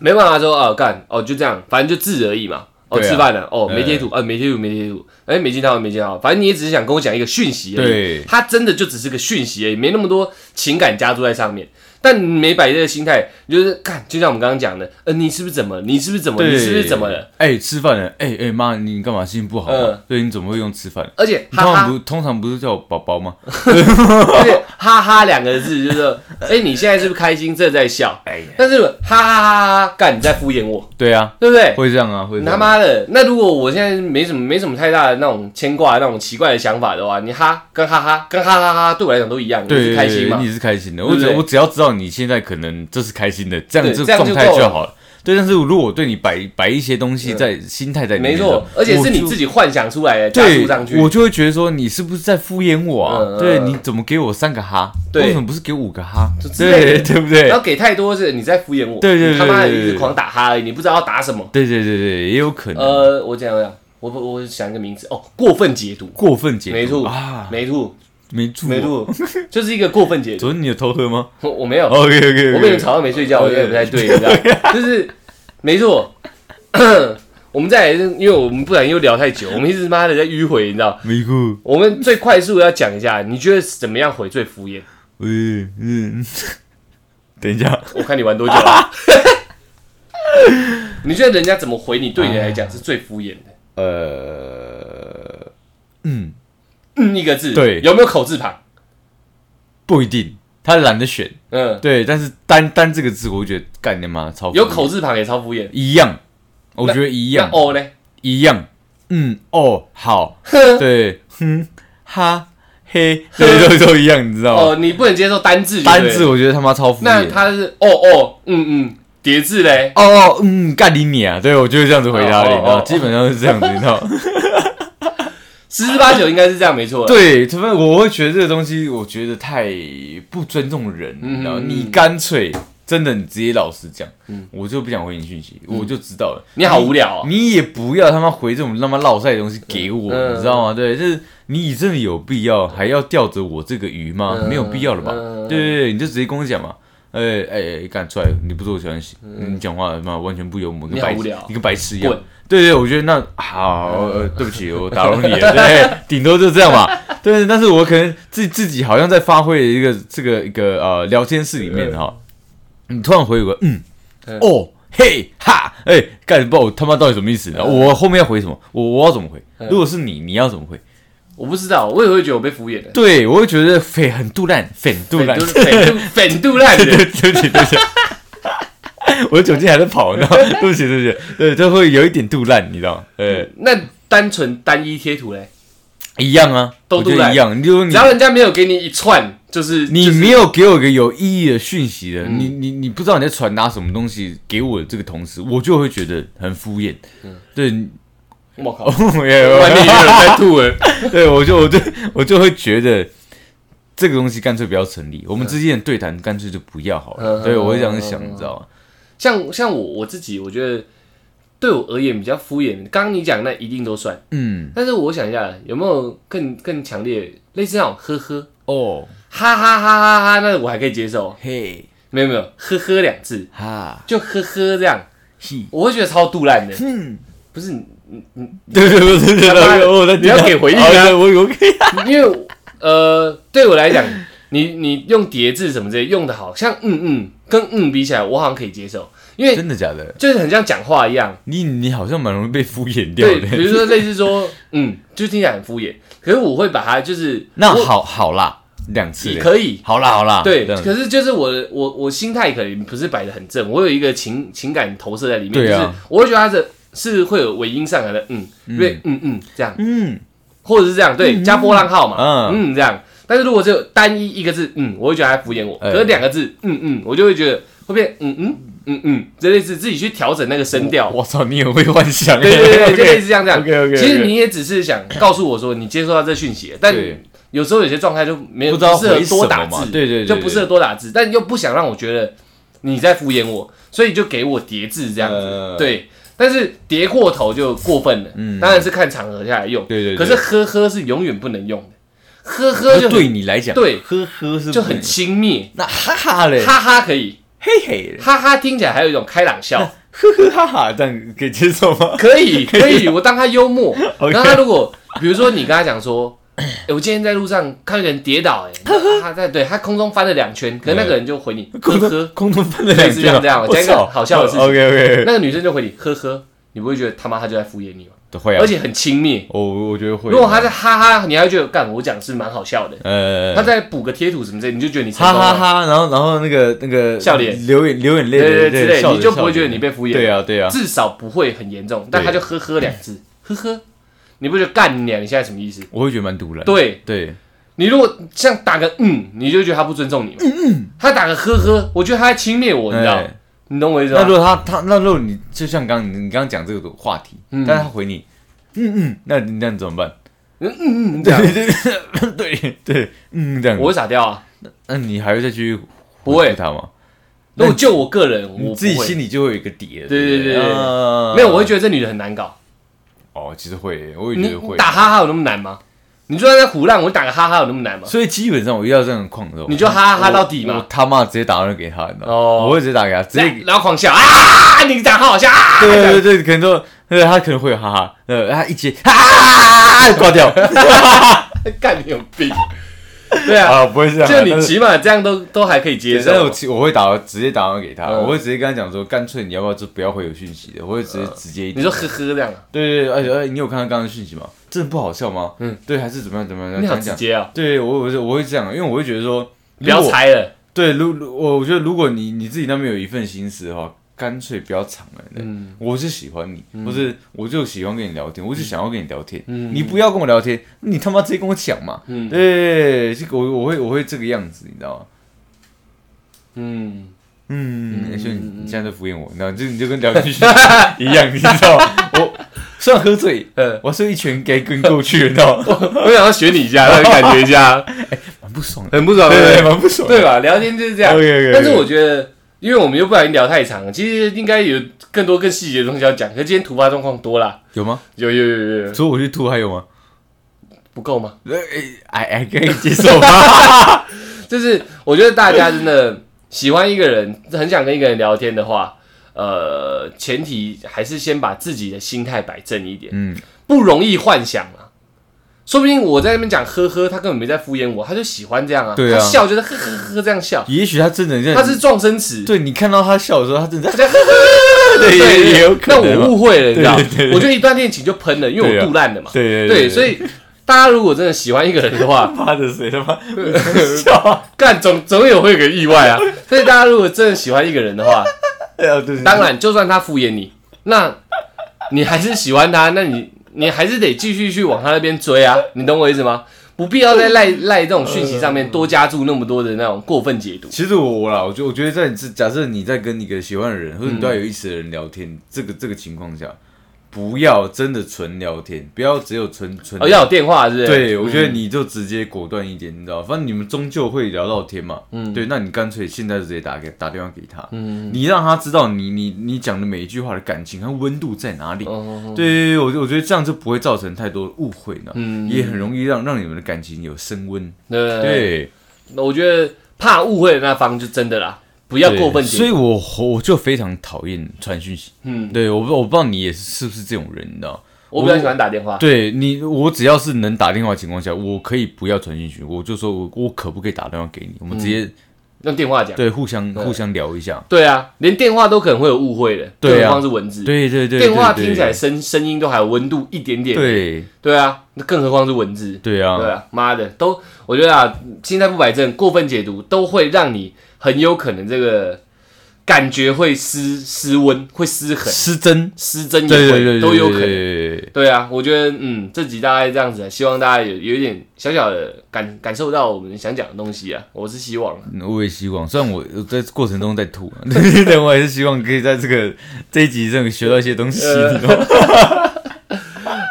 S1: 没办法说啊干哦就这样，反正就字而已嘛。哦，
S2: 对啊
S1: 吃饭了，哦，没贴图，啊，没贴图，没贴图，哎，没见到，没见到，反正你也只是想跟我讲一个讯息而已，
S2: 对
S1: 它真的就只是个讯息而已，没那么多情感加注在上面。但你没摆这个心态，你就是看，就像我们刚刚讲的，呃，你是不是怎么，你是不是怎么，
S2: 对，
S1: 你是不是怎么了？？
S2: 哎、吃饭了，哎、哎妈，你干嘛心情不好、啊？
S1: 嗯
S2: 对，你怎么会用吃饭？
S1: 而且
S2: 你
S1: 哈
S2: 通常
S1: 哈，
S2: 不通常不是叫我宝宝吗？
S1: 而且哈哈两个字就是说，哎，你现在是不是开心？这在笑，
S2: 哎呀，
S1: 但是哈哈哈哈，干，你在敷衍我，
S2: 对啊，
S1: 对不对？
S2: 会这样啊，会这
S1: 你他
S2: 样。
S1: 妈的！那如果我现在没什么没什么太大的那种牵挂、那种奇怪的想法的话，你哈跟哈哈跟哈哈哈对我来讲都一样，你
S2: 对
S1: 是开心嘛
S2: 你？是开心的。
S1: 对
S2: 我
S1: 不
S2: 只
S1: 对
S2: 我只要知道你现在可能这是开心的，这样
S1: 对
S2: 这
S1: 这样
S2: 状
S1: 就
S2: 态
S1: 够了
S2: 就好了。对，但是如果我对你摆摆一些东西在心态在里面
S1: 没
S2: 的时
S1: 错
S2: 候，，
S1: 而且是你
S2: 我就
S1: 自己幻想出来的，加
S2: 对
S1: 注上去。
S2: 我就会觉得说你是不是在敷衍我啊？
S1: 嗯嗯
S2: 对，
S1: 嗯
S2: 你怎么给我三个哈？
S1: 对
S2: 为什么不是给我五个哈？
S1: 之类
S2: 对，
S1: 的
S2: 对不对
S1: 然？后给太多是你在敷衍我，
S2: 对对对
S1: 你他妈的
S2: 对嗯
S1: 一
S2: 对
S1: 直狂打哈而已，你不知道要打什么。
S2: 对对对对，也有可能、
S1: 呃，我讲讲，我我我想一个名字哦，过分解读，
S2: 过分解读
S1: 没吐
S2: 啊，
S1: 没吐，
S2: 没吐
S1: 没
S2: 哦。
S1: 吐，
S2: <laughs>
S1: 就是一个过分解读。
S2: 昨天你有偷喝吗
S1: <laughs> 我我没有，
S2: ？OK OK，
S1: 我被你们吵到没睡觉，
S2: 哦
S1: 我觉得不太对，你知道？ <laughs> 就是没错， <coughs> 我们再来是，因为我们不然又聊太久，我们一直妈的在迂回，你知道？
S2: 没哭。
S1: 我们最快速的要讲一下，你觉得怎么样回最敷衍？
S2: 嗯嗯， <laughs> 等一下，
S1: 我看你玩多久了。 <laughs> 你觉得人家怎么回你，对你来讲是最敷衍的？
S2: 呃，嗯，
S1: 嗯，一个字，
S2: 对
S1: 有没有口字旁？
S2: 不一定，他懒得选。
S1: 嗯，
S2: 对，但是单单这个字，我觉得干你妈超敷衍
S1: 有口字旁也超敷衍。
S2: 一样，我觉得一
S1: 那
S2: 样
S1: 哦呢？
S2: 一样。嗯哦，好，对，哼哈嘿，对，都都一样，你知道吗？
S1: 哦，你不能接受单字，
S2: 单
S1: 对
S2: 字
S1: 不对，
S2: 我觉得他妈超敷
S1: 那
S2: 衍。
S1: 他是哦哦，嗯嗯，叠字嘞。
S2: 哦哦，嗯，干你你啊！对我就是这样子回答
S1: 哦哦
S2: 你，你知道，
S1: 哦
S2: 基本上是这样子，你知道。
S1: 十之八九应该是这样，没错。，
S2: 对，除非我会觉得这个东西，我觉得太不尊重人，
S1: 嗯
S2: 你知道，
S1: 嗯
S2: 你干脆真的，你直接老实讲，我就不想回你讯息，我就知道了。
S1: 嗯你好无聊哦。
S2: 你也不要他妈回这种他妈落塞的东西给我，
S1: 嗯
S2: 你知道吗？对，就是你真的有必要还要吊着我这个鱼吗？
S1: 嗯
S2: 没有必要了吧？
S1: 嗯
S2: 对对对，你就直接跟我讲嘛。哎哎哎，干出来！你不是我喜欢型，你讲话他妈完全不幽默，
S1: 嗯
S2: 跟
S1: 你好
S2: 白
S1: 无聊
S2: 你跟白痴一样
S1: 滚。嗯
S2: 对对，我觉得那好，呃，对不起，我打扰你了，对，顶多就这
S1: <laughs>
S2: 样嘛。对，但是我可能自自己好像在发挥一个这个一个呃聊天室里面哈，你突然回有个嗯
S1: 嗯
S2: 哦嘿哈，哎、干不知道我他妈到底什么意思呢？
S1: 嗯
S2: 我后面要回什么？我我要怎么回？如果是你，你要怎么回？
S1: 我不知道，我也会觉得我被敷衍的。
S2: 对我会觉得匪很杜烂，匪很杜烂，
S1: 粉度粉度粉度烂
S2: 对
S1: 人，
S2: 对不起，对不起。 <laughs> 我的酒精还在跑，你知道 <laughs> 吗？对不起，对不起，对，就会有一点杜烂，你知道吗？呃，
S1: 那单纯单一贴图嘞，
S2: 一样啊，
S1: 都
S2: 我觉得
S1: 杜烂
S2: 一样。你就说
S1: 只
S2: 你
S1: 要人家没有给你一串，就是
S2: 你
S1: 就是
S2: 没有给我一个有意义的讯息的，你你你不知道你在传达什么东西给我的这个同时，我就会觉得很敷衍。对，
S1: 我靠，
S2: <laughs> 我也
S1: 外面有人
S2: <laughs>
S1: 在吐了。
S2: 对，我就我就我就会觉得这个东西干脆不要成立，我们之间的对谈干脆就不要好了。
S1: 嗯
S2: 对，我会这样想，你知道吗？
S1: 像像我我自己，我觉得对我而言比较敷衍。刚刚你讲那一定都算，
S2: 嗯，
S1: 但是我想一下，有没有更更强烈，类似那种呵呵
S2: 哦，
S1: 哈哈哈哈哈，那我还可以接受。
S2: 嘿，
S1: 没有没有，呵呵两字，
S2: 哈，
S1: 就呵呵这样，
S2: 嘿，
S1: 我会觉得超杜烂的。
S2: 嗯，
S1: 不是你
S2: 对对对对对
S1: 他妈的
S2: 对，我在
S1: 你要给回应啊
S2: 啊，我我可
S1: <laughs>
S2: 以，
S1: 因为呃，对我来讲，你你用叠字什么之类用的好，像嗯嗯跟嗯比起来，我好像可以接受，因为
S2: 真的假的？
S1: 就是很像讲话一样。
S2: 你你好像蛮容易被敷衍掉
S1: 对，比
S2: 的。
S1: 如说类似说嗯，就听起来很敷衍，可是我会把它就是
S2: 那
S1: 我
S2: 好好啦，两次
S1: 也
S2: 嘞，
S1: 可以。
S2: 好啦好啦，
S1: 对，
S2: 这样
S1: 可是就是我的我我心态可能不是摆的很正，我有一个情情感投射在里面，
S2: 对啊
S1: 就是我会觉得它的是会有尾音上来的，嗯，因为嗯嗯这样，
S2: 嗯，
S1: 或者是这样，对，加波浪号嘛，
S2: 嗯
S1: 嗯，这样。但是如果只有单一一个字，嗯，我会觉得他敷衍我；，
S2: 哎
S1: 可是两个字，嗯嗯，我就会觉得会变，嗯嗯嗯嗯，这类似自己去调整那个声调。
S2: 我操，你很会幻想欸，
S1: 对对对，
S2: <laughs> OK
S1: 就类似这样这样。
S2: OK，OK，OK
S1: 其实你也只是想告诉我说你接受到这讯息了，但
S2: 对
S1: 有时候有些状态就没有
S2: 不知道
S1: 适合
S2: 回什
S1: 多打
S2: 么嘛
S1: 字，，
S2: 对对对，
S1: 就不适合
S2: 是
S1: 多打字，但又不想让我觉得你在敷衍我，所以就给我叠字这样子
S2: 呃。
S1: 对，但是叠过头就过分了，
S2: 嗯
S1: 当然是看场合下来用。
S2: 对对对
S1: 可是呵呵是永远不能用的，呵呵就
S2: 可
S1: 很
S2: 对你来讲，
S1: 对
S2: 呵呵是不
S1: 就很
S2: 能
S1: 轻蔑，
S2: 那哈哈嘞，
S1: 哈哈可以，
S2: 嘿嘿嘞，
S1: 哈哈听起来还有一种开朗笑，
S2: 呵呵哈哈，这样可以接受吗？
S1: 可
S2: <laughs>
S1: 以可以，我当他幽默。
S2: OK
S1: 然后他如果比如说你跟他讲
S2: <laughs>
S1: 说，哎、我今天在路上看到一个人跌倒、欸，哎，他在对他空中翻了两圈，可是那个人就回你呵
S2: <laughs> 空
S1: 呵
S2: 中，空中翻的两
S1: 类似像这样讲一个好笑的事情
S2: OK OK，
S1: 那个女生就回你呵呵，你不会觉得他妈他就在敷衍你吗？
S2: 会啊
S1: 而，且很轻蔑。
S2: 我我觉得会。
S1: 如果他在哈哈，你还会觉得干我讲是蛮好笑的。
S2: 呃，
S1: 他再补个贴图什么之类，你就觉得你成
S2: 哈
S1: 功了
S2: 哈哈，然后然后那个那个
S1: 笑脸
S2: 流眼流眼泪的
S1: 对对
S2: 对
S1: 之类，
S2: 笑
S1: 你
S2: 着
S1: 就不会
S2: 笑着
S1: 觉得你被敷衍。
S2: 对啊对啊，
S1: 至少不会很严重，但他就呵呵两字，呵呵，你不觉得干你俩你现在什么意思？
S2: 我会觉得蛮突然。
S1: 对
S2: 对，
S1: 你如果像打个嗯，你就觉得他不尊重你嘛。
S2: 嗯
S1: 他打个呵呵，我觉得他在轻蔑我，你知道？
S2: 哎
S1: 你懂我意思
S2: 那如
S1: 吗？
S2: 果他他那如果你就像刚你刚刚讲这个话题，但是他回你，嗯嗯，那你那你怎么办？
S1: 嗯嗯，这
S2: 对
S1: 样
S2: 对 <laughs> 对对，嗯这样，
S1: 我会傻掉啊。
S2: 那你还会再继续
S1: 不会
S2: 回复他吗？
S1: 如果就我个人，我
S2: 你自己
S1: 不会
S2: 心里就会有一个底了。
S1: 对对
S2: 不
S1: 对对对
S2: 啊
S1: 没有，我会觉得这女的很难搞。
S2: 哦，其实会，我也觉
S1: 你
S2: 得会。
S1: 打哈哈有那么难吗？你就算在胡乱，我打个哈哈有那么难吗？
S2: 所以基本上我遇到这种况的时候，
S1: 你就哈哈哈
S2: 我
S1: 到底嘛
S2: 我他妈直接打电话给他，你知道吗？
S1: 哦
S2: 我会直接打给他，直接
S1: 然后狂笑啊！你打哈好笑啊！
S2: <laughs>
S1: <laughs>
S2: 对对对，可能说，对他可能会有哈哈，呃，他一接 <laughs> 哈挂掉
S1: 干你有病！ <laughs> 对啊，
S2: 啊，不会这样啊，
S1: 就你
S2: 但是
S1: 起码这样都都还可以接
S2: 但是我
S1: 受。
S2: 其我会打直接打电话给他，
S1: 嗯
S2: 我会直接跟他讲说，干脆你要不要就不要回有讯息的，我会直接直接一点
S1: 你说呵呵这样啊，
S2: 对对对，而且而且你有看到刚刚的讯息吗？真的不好笑吗？
S1: 嗯
S2: 嗯，对，还是怎么样怎么样？
S1: 你好
S2: 讲
S1: 直
S2: 讲，
S1: 接啊，
S2: 对我我是我会这样，因为我会觉得说，
S1: 不要
S2: 如果
S1: 猜了。
S2: 对，如如我我觉得如果你你自己那边有一份心思的话，干脆不要藏了。对
S1: 嗯
S2: 我是喜欢你，不是我就喜欢跟你聊天，我就想要跟你聊天。
S1: 嗯
S2: 你不要跟我聊天，你他妈直接跟我讲嘛。
S1: 嗯
S2: 对，这个我我会我会这个样子，你知道吗？
S1: 嗯。 <laughs>
S2: 嗯，欸所以你你现在在敷衍我，你知道，就你就跟聊天室 <laughs> 一样，你知道吗？我虽然喝醉，
S1: 呃，
S2: 我是一拳给滚过去，你知道吗？
S1: 我想要学你一下，让你感觉一下，
S2: <laughs> 蛮不爽的，
S1: 很不爽，
S2: 对
S1: 对
S2: 对，
S1: 不
S2: 蛮不爽的。
S1: 对对吧？聊天就是这样。
S2: OK，OK，OK
S1: 但是我觉得，因为我们又不小心聊太长了，其实应该有更多更细节的东西要讲。可是今天突发状况多啦，
S2: 有吗？
S1: 有有有有有，
S2: 除了我去吐还有吗？
S1: 不够吗？
S2: 呃，哎哎，可以接受吗？
S1: 就是我觉得大家真的喜欢一个人，很想跟一个人聊天的话，呃，前提还是先把自己的心态摆正一点。
S2: 嗯，
S1: 不容易幻想啊。说不定我在那边讲呵呵，他根本没在敷衍我，他就喜欢这样啊。嗯
S2: 对啊
S1: 他笑就是呵呵呵呵这样笑，
S2: <laughs> 也许他真的在，
S1: 他是撞声词。
S2: 对你看到他笑的时候，他真
S1: <laughs>
S2: 的在，
S1: 对
S2: 也也有可能啊
S1: 那我误会了，你知道
S2: 对对？对
S1: 我觉得一段恋情就喷了，因为
S2: 对
S1: 我
S2: 啊
S1: 肚烂了嘛。
S2: 对
S1: 对，所以大家如果真的喜欢一个人的
S2: <laughs>
S1: 话，
S2: 妈的谁他妈笑啊！
S1: 干总总有会有个意外啊。所以大家如果真的喜欢一个人的话，
S2: 哎呀，对，
S1: 当然就算他敷衍你，那你还是喜欢他，那你你还是得继续去往他那边追啊，你懂我意思吗？不必要在赖赖这种讯息上面多加注那么多的那种过分解读。
S2: 其实我我啦，我觉我觉得在你是假设你在跟一个喜欢的人，或者你对他有意思的人聊天，这个这个情况下，不要真的纯聊天，不要只有纯纯。
S1: 哦，要有电话是不是？
S2: 对，我觉得
S1: 嗯
S2: 你就直接果断一点，你知道，反正你们终究会聊到天嘛。嗯，对，那你干脆现在就直接打给打电话给他，嗯，你让他知道你你你讲的每一句话的感情和温度在哪里。
S1: 哦
S2: 对，我我觉得这样就不会造成太多的误会呢，
S1: 嗯
S2: 也很容易让让你们的感情有升温。
S1: 对对，
S2: 对，
S1: 那我觉得怕误会的那方就真的啦，不要
S2: 对
S1: 过分解
S2: 所
S1: 读。
S2: 以我我就非常讨厌传讯息。
S1: 嗯，
S2: 对，我不我不知道你也是是不是这种人，你知道？
S1: 我比较喜欢打电话。
S2: 对你，我只要是能打电话的情况下，我可以不要传讯息，我就说我我可不可以打电话给你？我们直接、
S1: 嗯用电话讲。
S2: 对互相互相聊一下。
S1: 对啊，连电话都可能会有误会的，
S2: 对啊
S1: 更何况是文字。
S2: 对对对，
S1: 电话
S2: 对
S1: 听起来声声音都还有温度一点点。
S2: 对
S1: 对啊，那更何况是文字。
S2: 对啊，
S1: 对啊，妈的，都我觉得啊，心态不摆正、过分解读，都会让你很有可能这个感觉会失失温、会失衡、
S2: 失真，
S1: 失真也
S2: 对
S1: 会
S2: 对对，
S1: 都有可
S2: 对
S1: 能。
S2: 对对
S1: 对啊，我觉得嗯，这集大概这样子啊，希望大家有有一点小小的感感受到我们想讲的东西啊，我是希望啊。
S2: 嗯我也希望，虽然我我在过程中在吐啊，但我还是希望可以在这个 <laughs> 这一集这个学到一些东西，
S1: 呃
S2: 你知道吗？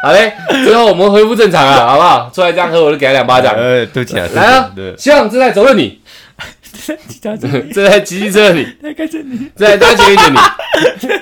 S1: 好嘞，最后我们恢复正常 <laughs> 啊，好不好？出来这样喝，我就给他两巴掌。
S2: 呃，对不起啊，
S1: 来啊
S2: 对，， <laughs>
S1: 希望正在走的你，
S2: 其他真
S1: <laughs> 正在骑机 <laughs> 车的你，
S2: 太开心了。
S1: <laughs> 正在搭捷运的你，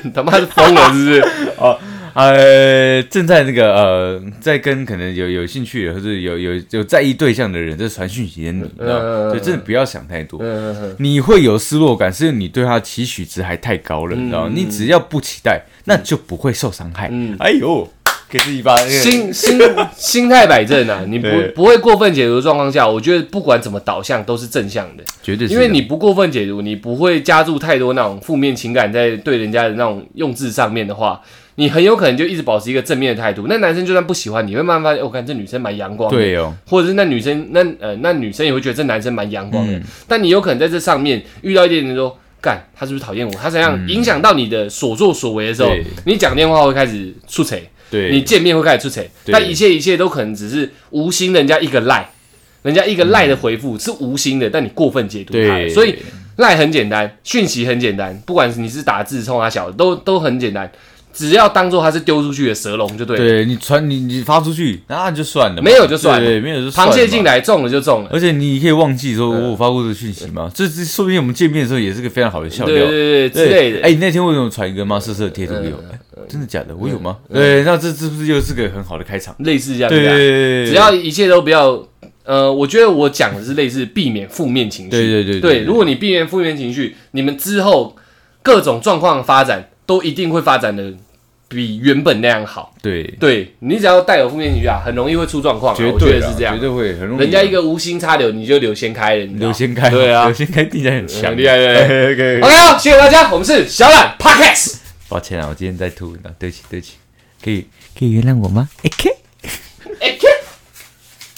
S1: 你他妈是疯了是不是？
S2: 哦，呃，正在那个呃，在跟可能有有兴趣的或者有有有在意对象的人在传讯息的你，你知道
S1: 嗯嗯嗯嗯
S2: 吗？所以真的不要想太多。
S1: 嗯 <laughs> 嗯
S2: 你会有失落感，是因为你对他的期许值还太高了，你知道吗？你只要不期待，那就不会受伤害。
S1: 嗯
S2: 哎呦，给自己一巴那
S1: 嗯
S2: 个
S1: 心心心态摆正啊，你不
S2: 对
S1: 不会过分解读的状况下，我觉得不管怎么导向都是正向的，
S2: 绝对是
S1: 因
S2: 的
S1: 为你不过分解读，你不会加入太多那种负面情感在对人家的那种用字上面的话，你很有可能就一直保持一个正面的态度。那男生就算不喜欢你，会慢慢发现，我看这女生蛮阳光的，
S2: 对哦，
S1: 或者是那女生那呃那女生也会觉得这男生蛮阳光的，
S2: 嗯
S1: 但你有可能在这上面遇到一点点说，干他是不是讨厌我？他怎样影响到你的所作所为的时候
S2: 对，
S1: 你讲电话会开始出丑，
S2: 对，
S1: 你见面会开始出丑，
S2: 对
S1: 但一切一切都可能只是无心人家一个赖，人家一个赖的回复是无心的，但你过分解读他了，
S2: 嗯对，
S1: 所以赖很简单，讯息很简单，不管是你是打字冲他小的，都都很简单，只要当做他是丢出去的蛇笼就对了，
S2: 对你传你你发出去，那就算了嘛，
S1: 没有就算了
S2: 对，没有就算
S1: 螃
S2: 了
S1: 蟹
S2: 嘛
S1: 进。来嗯中了就中了。
S2: 而且你可以忘记说，我有发过这个讯息吗？这这说不定我们见面的时候也是个非常好的笑料。
S1: 对对对之类的。呃
S2: 哎、那天为什么传一个妈色色的贴图给我？哎真的假的？我有吗？对，那这是不是又是个很好的开场？
S1: 类似这样子、
S2: 对
S1: 啊，
S2: 对，
S1: 只要一切都不要，呃，我觉得我讲的是类似避免负面情绪，
S2: 对对对
S1: 如果你避免负面情绪，你们之后各种状况发展都一定会发展的比原本那样好。
S2: 对，
S1: 对你只要带有负面情绪啊，很容易会出状况、啊，
S2: 绝
S1: 我觉
S2: 对
S1: 得
S2: 啦
S1: 是这样
S2: 绝。对会很容易。啊
S1: 人家一个无心插柳，你就柳先开了，你知道
S2: 刘
S1: 吗
S2: 先开，
S1: 对啊
S2: 刘先开定价很强，
S1: 很厉害对
S2: <laughs>
S1: 不
S2: 对 OK，
S1: OK，好，谢谢大家，我们是小懒 Podcast。
S2: 抱歉啊，我今天在吐，对不起，对不起，可以可以原谅我吗？OK。